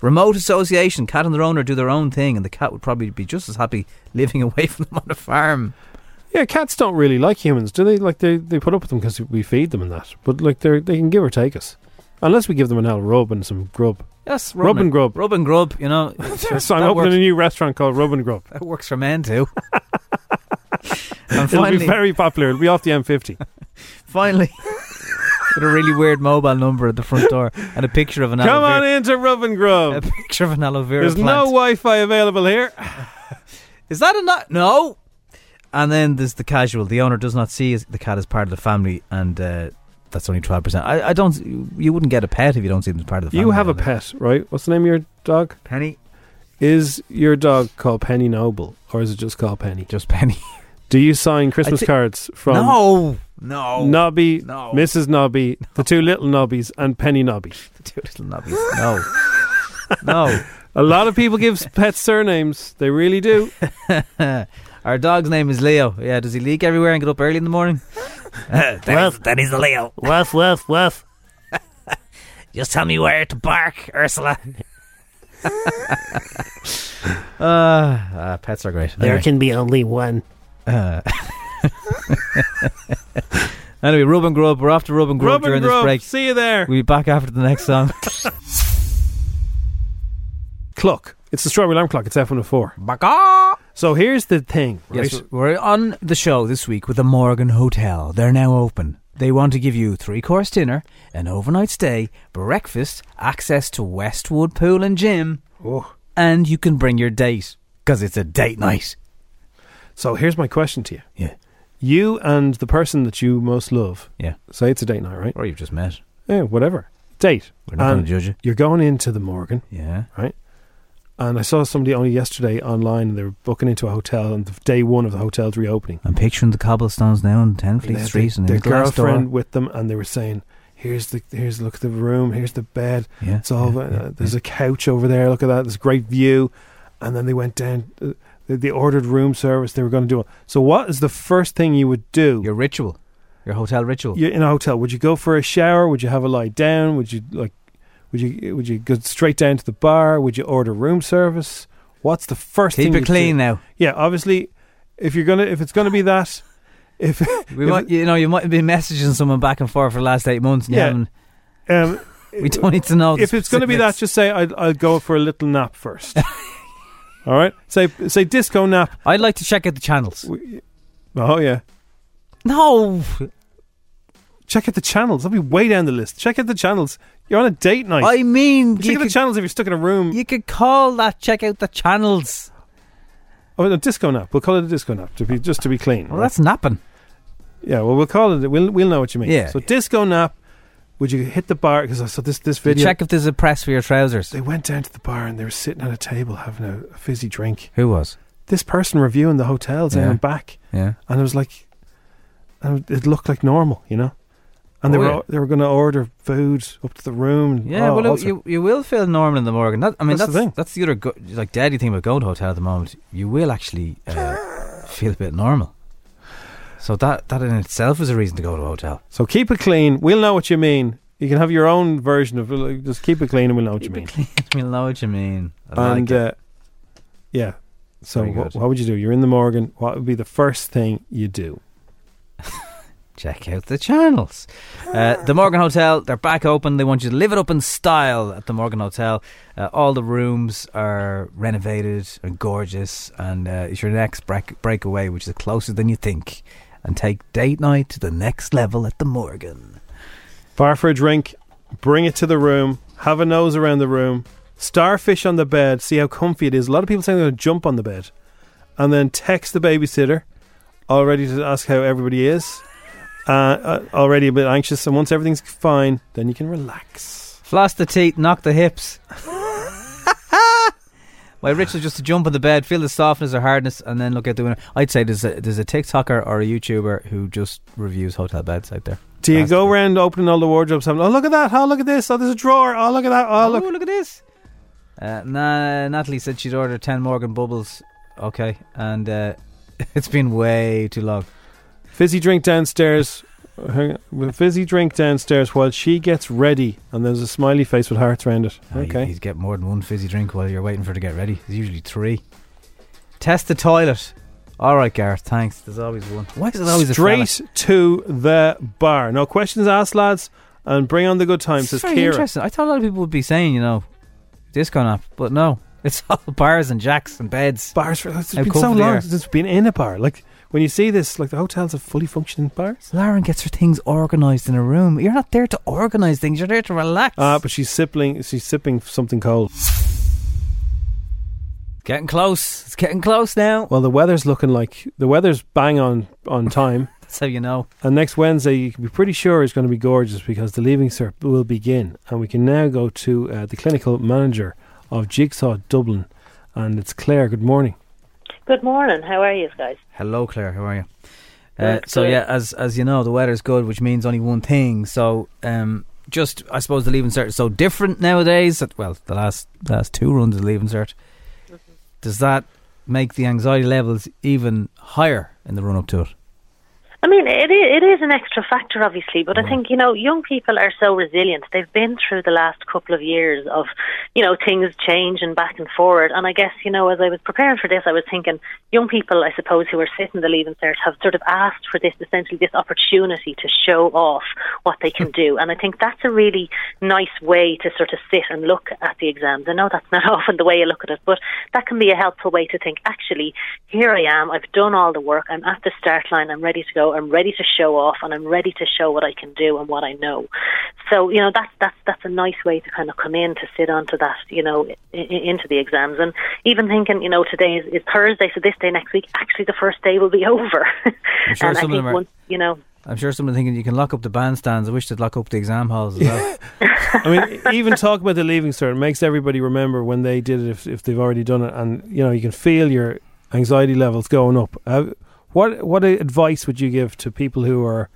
S4: Remote association. Cat and their owner do their own thing, and the cat would probably be just as happy living <laughs> away from them on a farm.
S3: Yeah, cats don't really like humans, do they? Like they, they put up with them because we feed them and that. But like they they can give or take us, unless we give them an old rub and some grub.
S4: Yes,
S3: rub and grub.
S4: Rub and grub. You
S3: <laughs>
S4: know, that
S3: So I'm opening
S4: works-
S3: a new restaurant called Rub and Grub.
S4: That works for men
S3: <laughs>
S4: too. and
S3: It'll
S4: finally,
S3: be very popular. It'll be off
S4: <laughs>
S3: the M50. <laughs>
S4: finally, with a really weird mobile number at the front door and a picture of an
S3: Come
S4: aloe
S3: on
S4: vera,
S3: into Rub and Grub.
S4: a picture of an aloe vera.
S3: There's no
S4: plant.
S3: Wi-Fi available here.
S4: <laughs> Is that a not? No. And then there's the casual. The owner does not see as- the cat as part of the family, and uh, that's only twelve percent. I, I don't. You wouldn't get a pet if you don't see them as part of the family.
S3: You have a pet, right? What's the name of your dog?
S4: Penny.
S3: Is your dog called Penny Noble, or is it just called Penny?
S4: Just Penny.
S3: Do you sign Christmas
S4: thi-
S3: cards <laughs> from
S4: no,
S3: <laughs>
S4: no, <laughs>
S3: Nobby,
S4: no.
S3: Mrs. Nobby, the two little Nobbies, and Penny Nobby?
S4: The two little nobbies. No, no.
S3: A lot of
S4: <laughs>
S3: people give pets surnames. They really do.
S4: Our dog's name is Leo. Yeah, does he leak everywhere and get up early in the morning?
S6: Woof. That is the
S3: <laughs>
S6: Leo. Woof, woof, woof. Just tell me where to bark, Ursula.
S4: Uh, uh, pets are great.
S6: There
S4: Anyway.
S6: can be only one.
S4: Uh. anyway, Rub and Grub. We're off to Rub and Grub
S3: Rub and
S4: during this
S3: Grub.
S4: break.
S3: See you there.
S4: We'll be back after the next song.
S3: Cluck. It's the Strawberry Alarm Clock. It's F104.
S4: Baka!
S3: So here's the thing, right?
S4: Yes, we're on the show this week with the Morgan Hotel. They're now open. They want to give you three course dinner, an overnight stay, breakfast, access to Westwood Pool and Gym,
S3: Oh.
S4: and you can bring your date because it's a date night.
S3: So here's my question to you.
S4: Yeah.
S3: You and the person that you most love.
S4: Yeah.
S3: Say it's a date night, right?
S4: Or you've just met.
S3: Yeah, whatever. Date.
S4: We're not
S3: And
S4: gonna judge you.
S3: You're going into the Morgan.
S4: Yeah.
S3: Right? And I saw somebody only yesterday online and they were booking into a hotel and the day one of the hotel's reopening.
S4: I'm picturing the cobblestones now on 10 Fleet
S3: They had
S4: Street
S3: the-
S4: and
S3: their
S4: the glass door.
S3: girlfriend with them and they were saying, Here's the here's look at the room, here's the bed.
S4: Yeah,
S3: it's all uh, there's a couch over there, look at that, there's a great view. And then they went down uh, they, they ordered room service, they were gonna do it. So what is the first thing you would do?
S4: Your ritual. Your hotel ritual.
S3: you're in a hotel, would you go for a shower? Would you have a lie down? Would you like? Would you would you go straight down to the bar? Would you order room service? What's the first
S4: Keep
S3: thing?
S4: it
S3: you
S4: clean
S3: do?
S4: now.
S3: Yeah, obviously, if you're gonna if it's gonna be that, if
S4: <laughs> We might, you know, you might have been messaging someone back and forth for the last eight months. And
S3: Yeah.
S4: You
S3: haven't-
S4: we don't need to know. the
S3: if it's gonna be that,
S4: specifics.
S3: just say I'll, I'll go for a little nap first. <laughs> All right, say say disco nap.
S4: I'd like to check out the channels.
S3: Oh yeah,
S4: no.
S3: Check out the channels. That'll be way down the list. Check out the channels. You're on a date night.
S4: I mean,
S3: check
S4: you
S3: out the
S4: could-
S3: channels if you're stuck in a room.
S4: You could call that check out the channels.
S3: Oh, no, disco nap. We'll call it a disco nap to be just to be clean. Well,
S4: that's napping.
S3: Yeah, well, we'll call it. We'll we'll know what you mean.
S4: Yeah.
S3: So disco nap. Would you hit the bar? Because I saw this this video.
S4: Check if there's a press for your trousers.
S3: They went down to the bar and they were sitting at a table having a, a fizzy drink.
S4: Who was?
S3: This person reviewing the hotels
S4: Yeah.
S3: down and back,
S4: Yeah.
S3: and it was like, and it looked like normal, you know. And they
S4: Oh,
S3: were
S4: yeah.
S3: they were going to order food up to the room. Oh, and
S4: Yeah,
S3: all- all
S4: well,
S3: sorts.
S4: you, you will feel Norman in the morning. That, I mean,
S3: That's
S4: Oh, that's
S3: the
S4: that's the, other go- like deadly thing about going to a hotel at the moment. You will actually <laughs> uh, feel a bit normal. So that that in itself is a reason to go to a hotel.
S3: So keep it clean. We'll know what you mean. You can have your own version of like, just keep it clean, and we'll know what you mean.
S4: you know what you mean. I like
S3: and
S4: it.
S3: uh, yeah. So
S4: Very
S3: what,
S4: good.
S3: what would you do? You're in the Morgan. What would be the first thing you do?
S4: Check out the channels. Uh, the Morgan Hotel, they're back open. They want you to live it up in style at the Morgan Hotel. Uh, all the rooms are renovated and gorgeous. And uh, it's your next break- breakaway, which is closer than you think. And take date night to the next level at the Morgan.
S3: Bar for a drink. Bring it to the room. Have a nose around the room. Starfish on the bed. See how comfy it is. A lot of people saying they're going to jump on the bed, and then text the babysitter, all ready to ask how everybody is. Uh, uh, already a bit anxious, and once everything's fine, then you can relax.
S4: Floss the teeth, knock the hips. <laughs> My ritual is just to jump on the bed, feel the softness or hardness, and then look out the window. I'd say there's a, there's a TikToker or a YouTuber who just reviews hotel beds out there.
S3: Do you go around opening all the wardrobes? Having, oh look at that! Oh look at this! Oh there's a drawer! Oh look at that! Oh look!
S4: look at this! Uh, Na- Natalie said she'd order 10 Morgan Bubbles. Okay. And uh, <laughs> it's been way too long.
S3: fizzy drink downstairs. Hang on. With fizzy drink downstairs while she gets ready, and there's a smiley face with hearts around it.
S4: Ah, you-
S3: Okay.
S4: You'd get more than one fizzy drink while you're waiting for it to get ready. There's usually three. Test the toilet. All right, Gareth, thanks. There's always one. Why is it always a fella?
S3: Straight to the bar. No questions asked, lads, and bring on the good time.
S4: It's
S3: Says
S4: very
S3: Kira.
S4: interesting. I thought a lot of people would be saying, you know, disco nap, but no, <laughs> it's all bars and jacks and beds.
S3: Bars for It's been so long since it's been in a bar. Like when you see this, like the hotels have fully functioning bars.
S4: Lauren gets her things organised in a room. You're not there to organise things. You're there to relax.
S3: Ah, but she's sipping. She's sipping something cold.
S4: Getting close. It's getting close now.
S3: Well, the weather's looking like the weather's bang on on
S4: <laughs>
S3: time.
S4: That's how you know.
S3: And next Wednesday, you can be pretty sure it's going to be gorgeous because the leaving cert will begin. And we can now go to uh, the clinical manager of Jigsaw Dublin. And it's Claire. Good morning.
S23: Good morning. How are you guys?
S4: Hello, Claire. How are you? Uh,
S23: Good,
S4: so
S23: good.
S4: yeah, as as you know, the weather's good, which means only one thing. So um, just I suppose the leaving cert is so different nowadays. That, well, the last last two runs of the leaving cert.
S23: Mm-hmm.
S4: Does that make the anxiety levels even higher in the run up to it?
S23: I mean, it is, it is an extra factor, obviously,
S4: Mm.
S23: but I think, you know, young people are so resilient. They've been through the last couple of years of, you know, things changing back and forward. And I guess, you know, as I was preparing for this, I was thinking young people, I suppose, who are sitting the leaving cert have sort of asked for this, essentially, this opportunity to show off what they can do. And I think that's a really nice way to sort of sit and look at the exams. I know that's not <laughs> often the way you look at it, but that can be a helpful way to think, actually, here I am. I've done all the work. I'm at the start line. I'm ready to go. I'm ready to show off and I'm ready to show what I can do and what I know. So, you know, that's, that's, that's a nice way to kind of come in to sit onto that, you know, i- i- into the exams. And even thinking, you know, today is, is Thursday, so this day next week, actually the first day will be over.
S4: I'm sure
S23: and I
S4: some of
S23: think
S4: them are-
S23: once, you know,
S4: I'm sure someone thinking you can lock up the bandstands. I wish they'd lock up the exam halls as well.
S3: I mean,
S23: <laughs>
S3: even talk about the leaving cert makes everybody remember when they did it if, if they've already done it, and you know you can feel your anxiety levels going up. Uh, what what advice would you give to people who are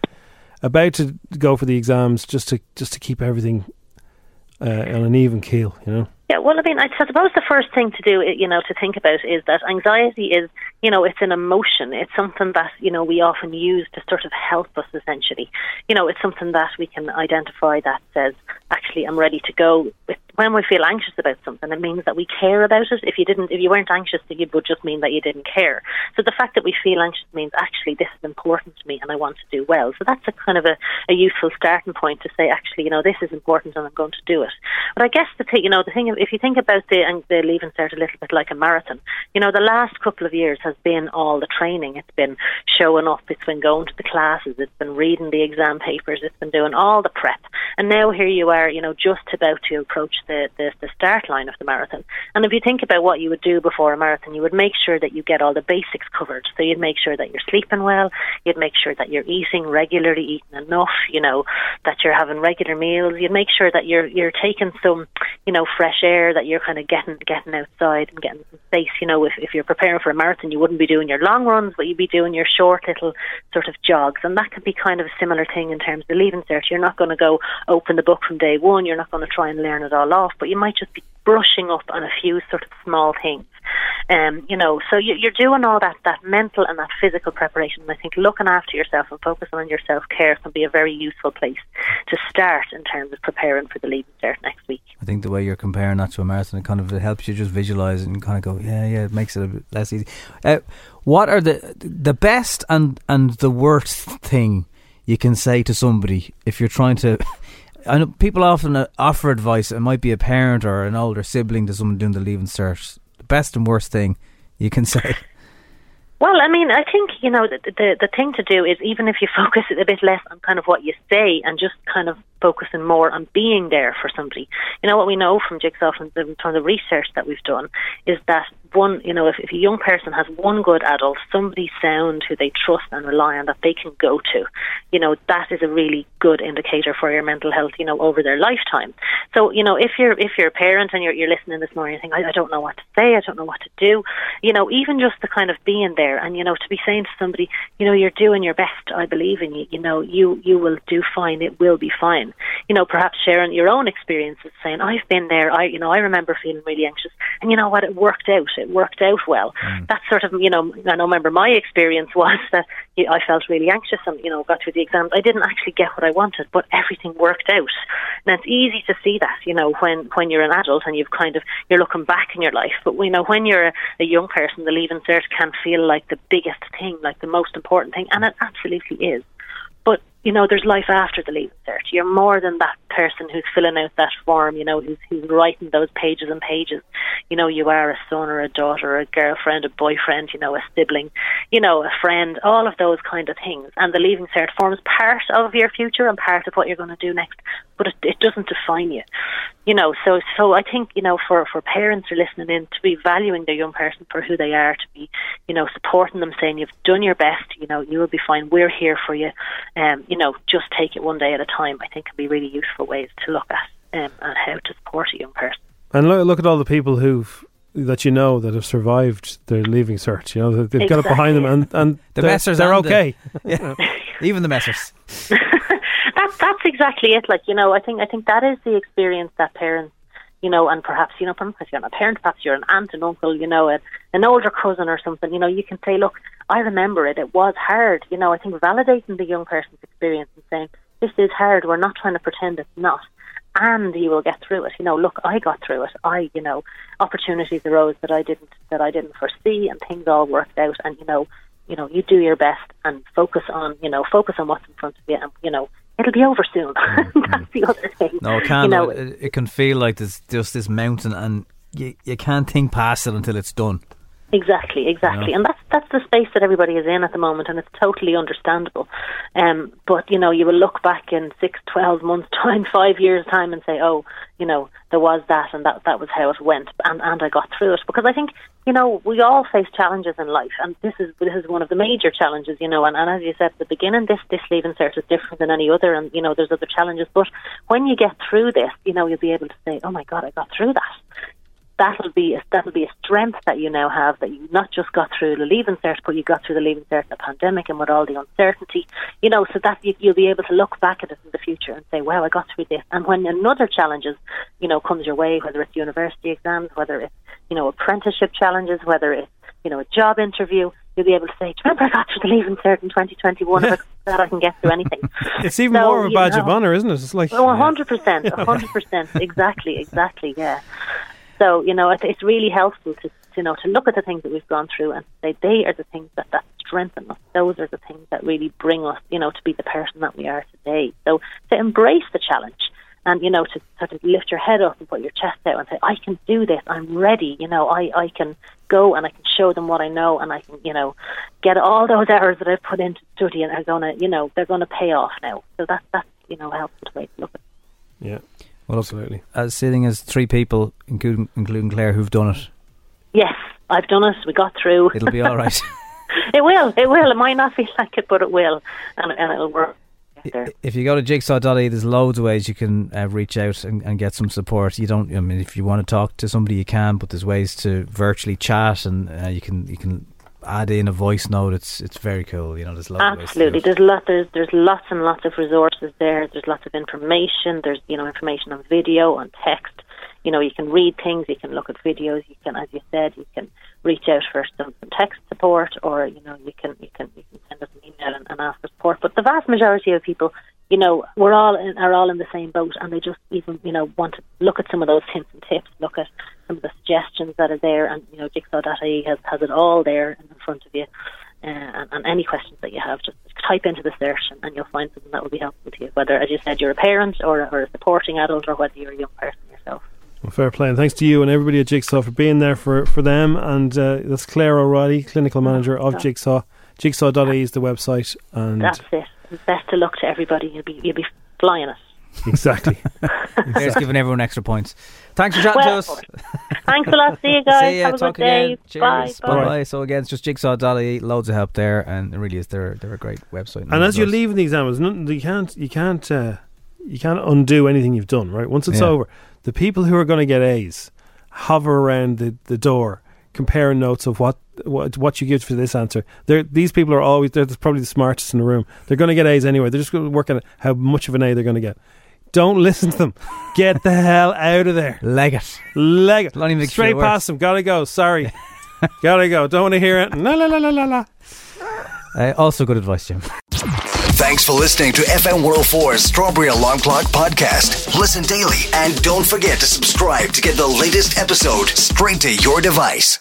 S3: about to go for the exams just to just to keep everything uh, on an even keel? You know,
S23: Yeah, well, I mean, I suppose the first thing to do, you know, to think about is that anxiety is, you know, it's an emotion. It's something that, you know, we often use to sort of help us, essentially. You know, it's something that we can identify that says, actually, I'm ready to go. With- When we feel anxious about something, it means that we care about it. If you didn't, if you weren't anxious, then it would just mean that you didn't care. So the fact that we feel anxious means actually this is important to me and I want to do well. So that's a kind of a, a useful starting point to say, actually, you know, this is important and I'm going to do it. But I guess the thing, you know, the thing, if you think about the and the leaving cert a little bit like a marathon, you know, the last couple of years has been all the training. It's been showing up. It's been going to the classes. It's been reading the exam papers. It's been doing all the prep. And now here you are, you know, just about to approach the, the the start line of the marathon. And if you think about what you would do before a marathon, you would make sure that you get all the basics covered. So you'd make sure that you're sleeping well. You'd make sure that you're eating regularly, eating enough. You know, that you're having regular meals. You'd make sure that you're you're taking some, you know, fresh air. That you're kind of getting getting outside and getting some space. You know, if if you're preparing for a marathon, you wouldn't be doing your long runs, but you'd be doing your short little sort of jogs. And that could be kind of a similar thing in terms of the leaving cert. You're not going to go open the book from day one. You're not going to try and learn it all off, but you might just be brushing up on a few sort of small things. Um, you know, so you, you're doing all that that mental and that physical preparation. And I think looking after yourself and focusing on your self care can be a very useful place to start in terms of preparing for the leaving cert next week.
S4: I think the way you're comparing that to a marathon, it kind of it helps you just visualize and kind of go, yeah, yeah, it makes it a bit less easy. Uh, what are the the best and and the worst thing you can say to somebody if you're trying to? <laughs> I know people often uh, offer advice. It might be a parent or an older sibling to someone doing the leaving cert. The best and worst thing you can <laughs> say.
S23: Well, I mean, I think you know the, the the thing to do is even if you focus a bit less on kind of what you say and just kind of focusing more on being there for somebody. You know what we know from Jigsaw from the, from the research that we've done is that one, you know, if, if a young person has one good adult, somebody sound who they trust and rely on that they can go to, you know, that is a really good indicator for your mental health, you know, over their lifetime. So, you know, if you're if you're a parent and you're you're listening this morning, you think I, I don't know what to say, I don't know what to do, you know, even just the kind of being there and you know to be saying to somebody, you know, you're doing your best, I believe in you, you know, you you will do fine, it will be fine. You know, perhaps sharing your own experiences, saying I've been there, I you know I remember feeling really anxious, and you know what, it worked out, it worked out well. That's sort of you know I know remember my experience <laughs> was that you know, I felt really anxious and you know got through the exams, I didn't actually get what I wanted, but everything worked out. And it's easy to see that, you know, when, when you're an adult and you've kind of you're looking back in your life. But you know, when you're a, a young person, the leaving cert can feel like the biggest thing, like the most important thing, and it absolutely is. But you know, there's life after the leaving cert. You're more than that person who's filling out that form. You know, who's, who's writing those pages and pages. You know, you are a son or a daughter, a girlfriend, a boyfriend. You know, a sibling. You know, a friend. All of those kind of things. And the leaving cert forms part of your future and part of what you're going to do next. But it, it doesn't define you. You know, so so I think you know for for parents who are listening in to be valuing their young person for who they are, to be you know supporting them, saying you've done your best. You know, you will be fine. We're here for you. Um, you know, just take it one day at a time. I think can be really useful ways to look at um, and how to support a young person.
S3: and look look at all the people who've that you know that have survived their leaving cert. You know they've got it behind them, and and
S4: The
S3: they're,
S4: messers
S3: they're
S4: and the- <laughs>
S3: okay.
S4: yeah, even the messers.
S23: That that's exactly it. Like you know, I think I think that is the experience that parents you know, and perhaps, you know, perhaps you're not a parent, perhaps you're an aunt, an uncle, you know, a, an older cousin or something, you know, you can say, look, I remember it, it was hard. You know, I think validating the young person's experience and saying, this is hard, we're not trying to pretend it's not. And you will get through it. You know, look, I got through it. I, you know, opportunities arose that I didn't that I didn't foresee, and things all worked out. And you know, you know, you do your best and focus on, you know, focus on what's in front of you, and you know, it'll be over soon. <laughs> That's the other thing.
S4: No, it can.
S23: You know,
S4: it, it can feel like there's just this mountain, and you, you can't think past it until it's done.
S23: Exactly, exactly,
S4: Yeah.
S23: and that's that's the space that everybody is in at the moment, and it's totally understandable. Um, but you know, you will look back in six, twelve months' <laughs> time, five years' time, and say, "Oh, you know, there was that, and that that was how it went, and and I got through it." Because I think you know we all face challenges in life, and this is this is one of the major challenges, you know. And, and as you said at the beginning, this this leaving cert is different than any other, and you know, there's other challenges. But when you get through this, you know, you'll be able to say, "Oh my God, I got through that." that'll be a, that'll be a strength that you now have that you not just got through the leaving cert, but you got through the leaving cert in the pandemic and with all the uncertainty, you know, so that you, you'll be able to look back at it in the future and say, wow, I got through this. And when another challenges, you know, comes your way, whether it's university exams, whether it's you know apprenticeship challenges, whether it's you know a job interview, you'll be able to say, do you remember I got through the leaving cert in 2021. If I got through that I can get through anything.
S3: It's even
S23: So,
S3: more of a
S23: you
S3: badge of
S23: know.
S3: honor, isn't it? It's like
S23: Oh, 100%. 100%. exactly. Exactly. Yeah. So, you know, it, it's really helpful to, you know, to look at the things that we've gone through and say they are the things that, that strengthen us. Those are the things that really bring us, you know, to be the person that we are today. So to embrace the challenge and, you know, to sort of lift your head up and put your chest out and say, I can do this. I'm ready. You know, I, I can go and I can show them what I know and I can, you know, get all those hours that I've put into study and are going to, you know, they're going to pay off now. So that, that's, you know, a helpful way to look at it.
S3: Yeah.
S4: Well, absolutely. As sitting as three people, including including Claire, who've done it,
S23: Yes, I've done it. We got through.
S4: it'll be all
S23: <laughs>
S4: right.
S23: It will. It will. It might not feel like it, but it will, and, and it'll work.
S4: if you go to jigsaw.ie, there's loads of ways you can uh, reach out and, and get some support. You don't. I mean, if you want to talk to somebody, you can. But there's ways to virtually chat, and uh, you can you can add in a voice note. It's it's very cool. You know, there's loads. of ways to do
S23: Absolutely.
S4: it.
S23: There's lot. There's there's lots and lots of resources there. There's lots of information. There's you know information on video, on text. You know, you can read things. You can look at videos. You can, as you said, you can reach out for some, some text support, or you know, you can you can you can send us an email and, and ask for support. But the vast majority of people, you know, we're all in, are all in the same boat, and they just even you know want to look at some of those hints and tips. Look at some of the suggestions that are there, and you know, jigsaw.ie has has it all there in front of you uh, and, and any questions that you have, just type into the search and, and you'll find something that will be helpful to you. Whether, as you said, you're a parent or, or a supporting adult or whether you're a young person yourself.
S3: Well, fair play, and thanks to you and everybody at Jigsaw for being there for, for them. And uh, that's Claire O'Reilly, clinical manager of Jigsaw. Jigsaw.ie is the website, and
S23: That's it. Best of luck to everybody. You'll be, you'll be flying it.
S3: <laughs> exactly.
S4: Claire's giving everyone extra points. Thanks for chatting
S23: Well,
S4: to
S23: of
S4: us.
S23: Thanks a lot. See you guys.
S4: See ya,
S23: have a good
S4: talk
S23: day.
S4: again.
S23: Bye.
S4: Cheers. Bye. So again, it's just jigsaw.ie. Loads of help there, and it really is. They're they're a great website.
S3: And as you're leaving the exam, there's nothing- you can't you can't uh, you can't undo anything you've done. Right, once it's
S4: Yeah.
S3: over, the people who are going to <laughs> get A's hover around the, the door, comparing notes of what what what you give for this answer. They're, these people are always they're probably the smartest in the room. They're going to get A's anyway. They're just going to work out how much of an A they're going to get. Don't listen to them. Get the hell out of there.
S4: Leg it.
S3: Leg it.
S4: make sure
S3: Straight
S4: it works.
S3: past them. Gotta
S4: <laughs>
S3: go. Sorry. Gotta go. Don't want to hear it. La la la la la la.
S4: Uh, also good advice, Jim.
S18: Thanks for listening to FM 104's Strawberry Alarm Clock podcast. Listen daily and don't forget to subscribe to get the latest episode straight to your device.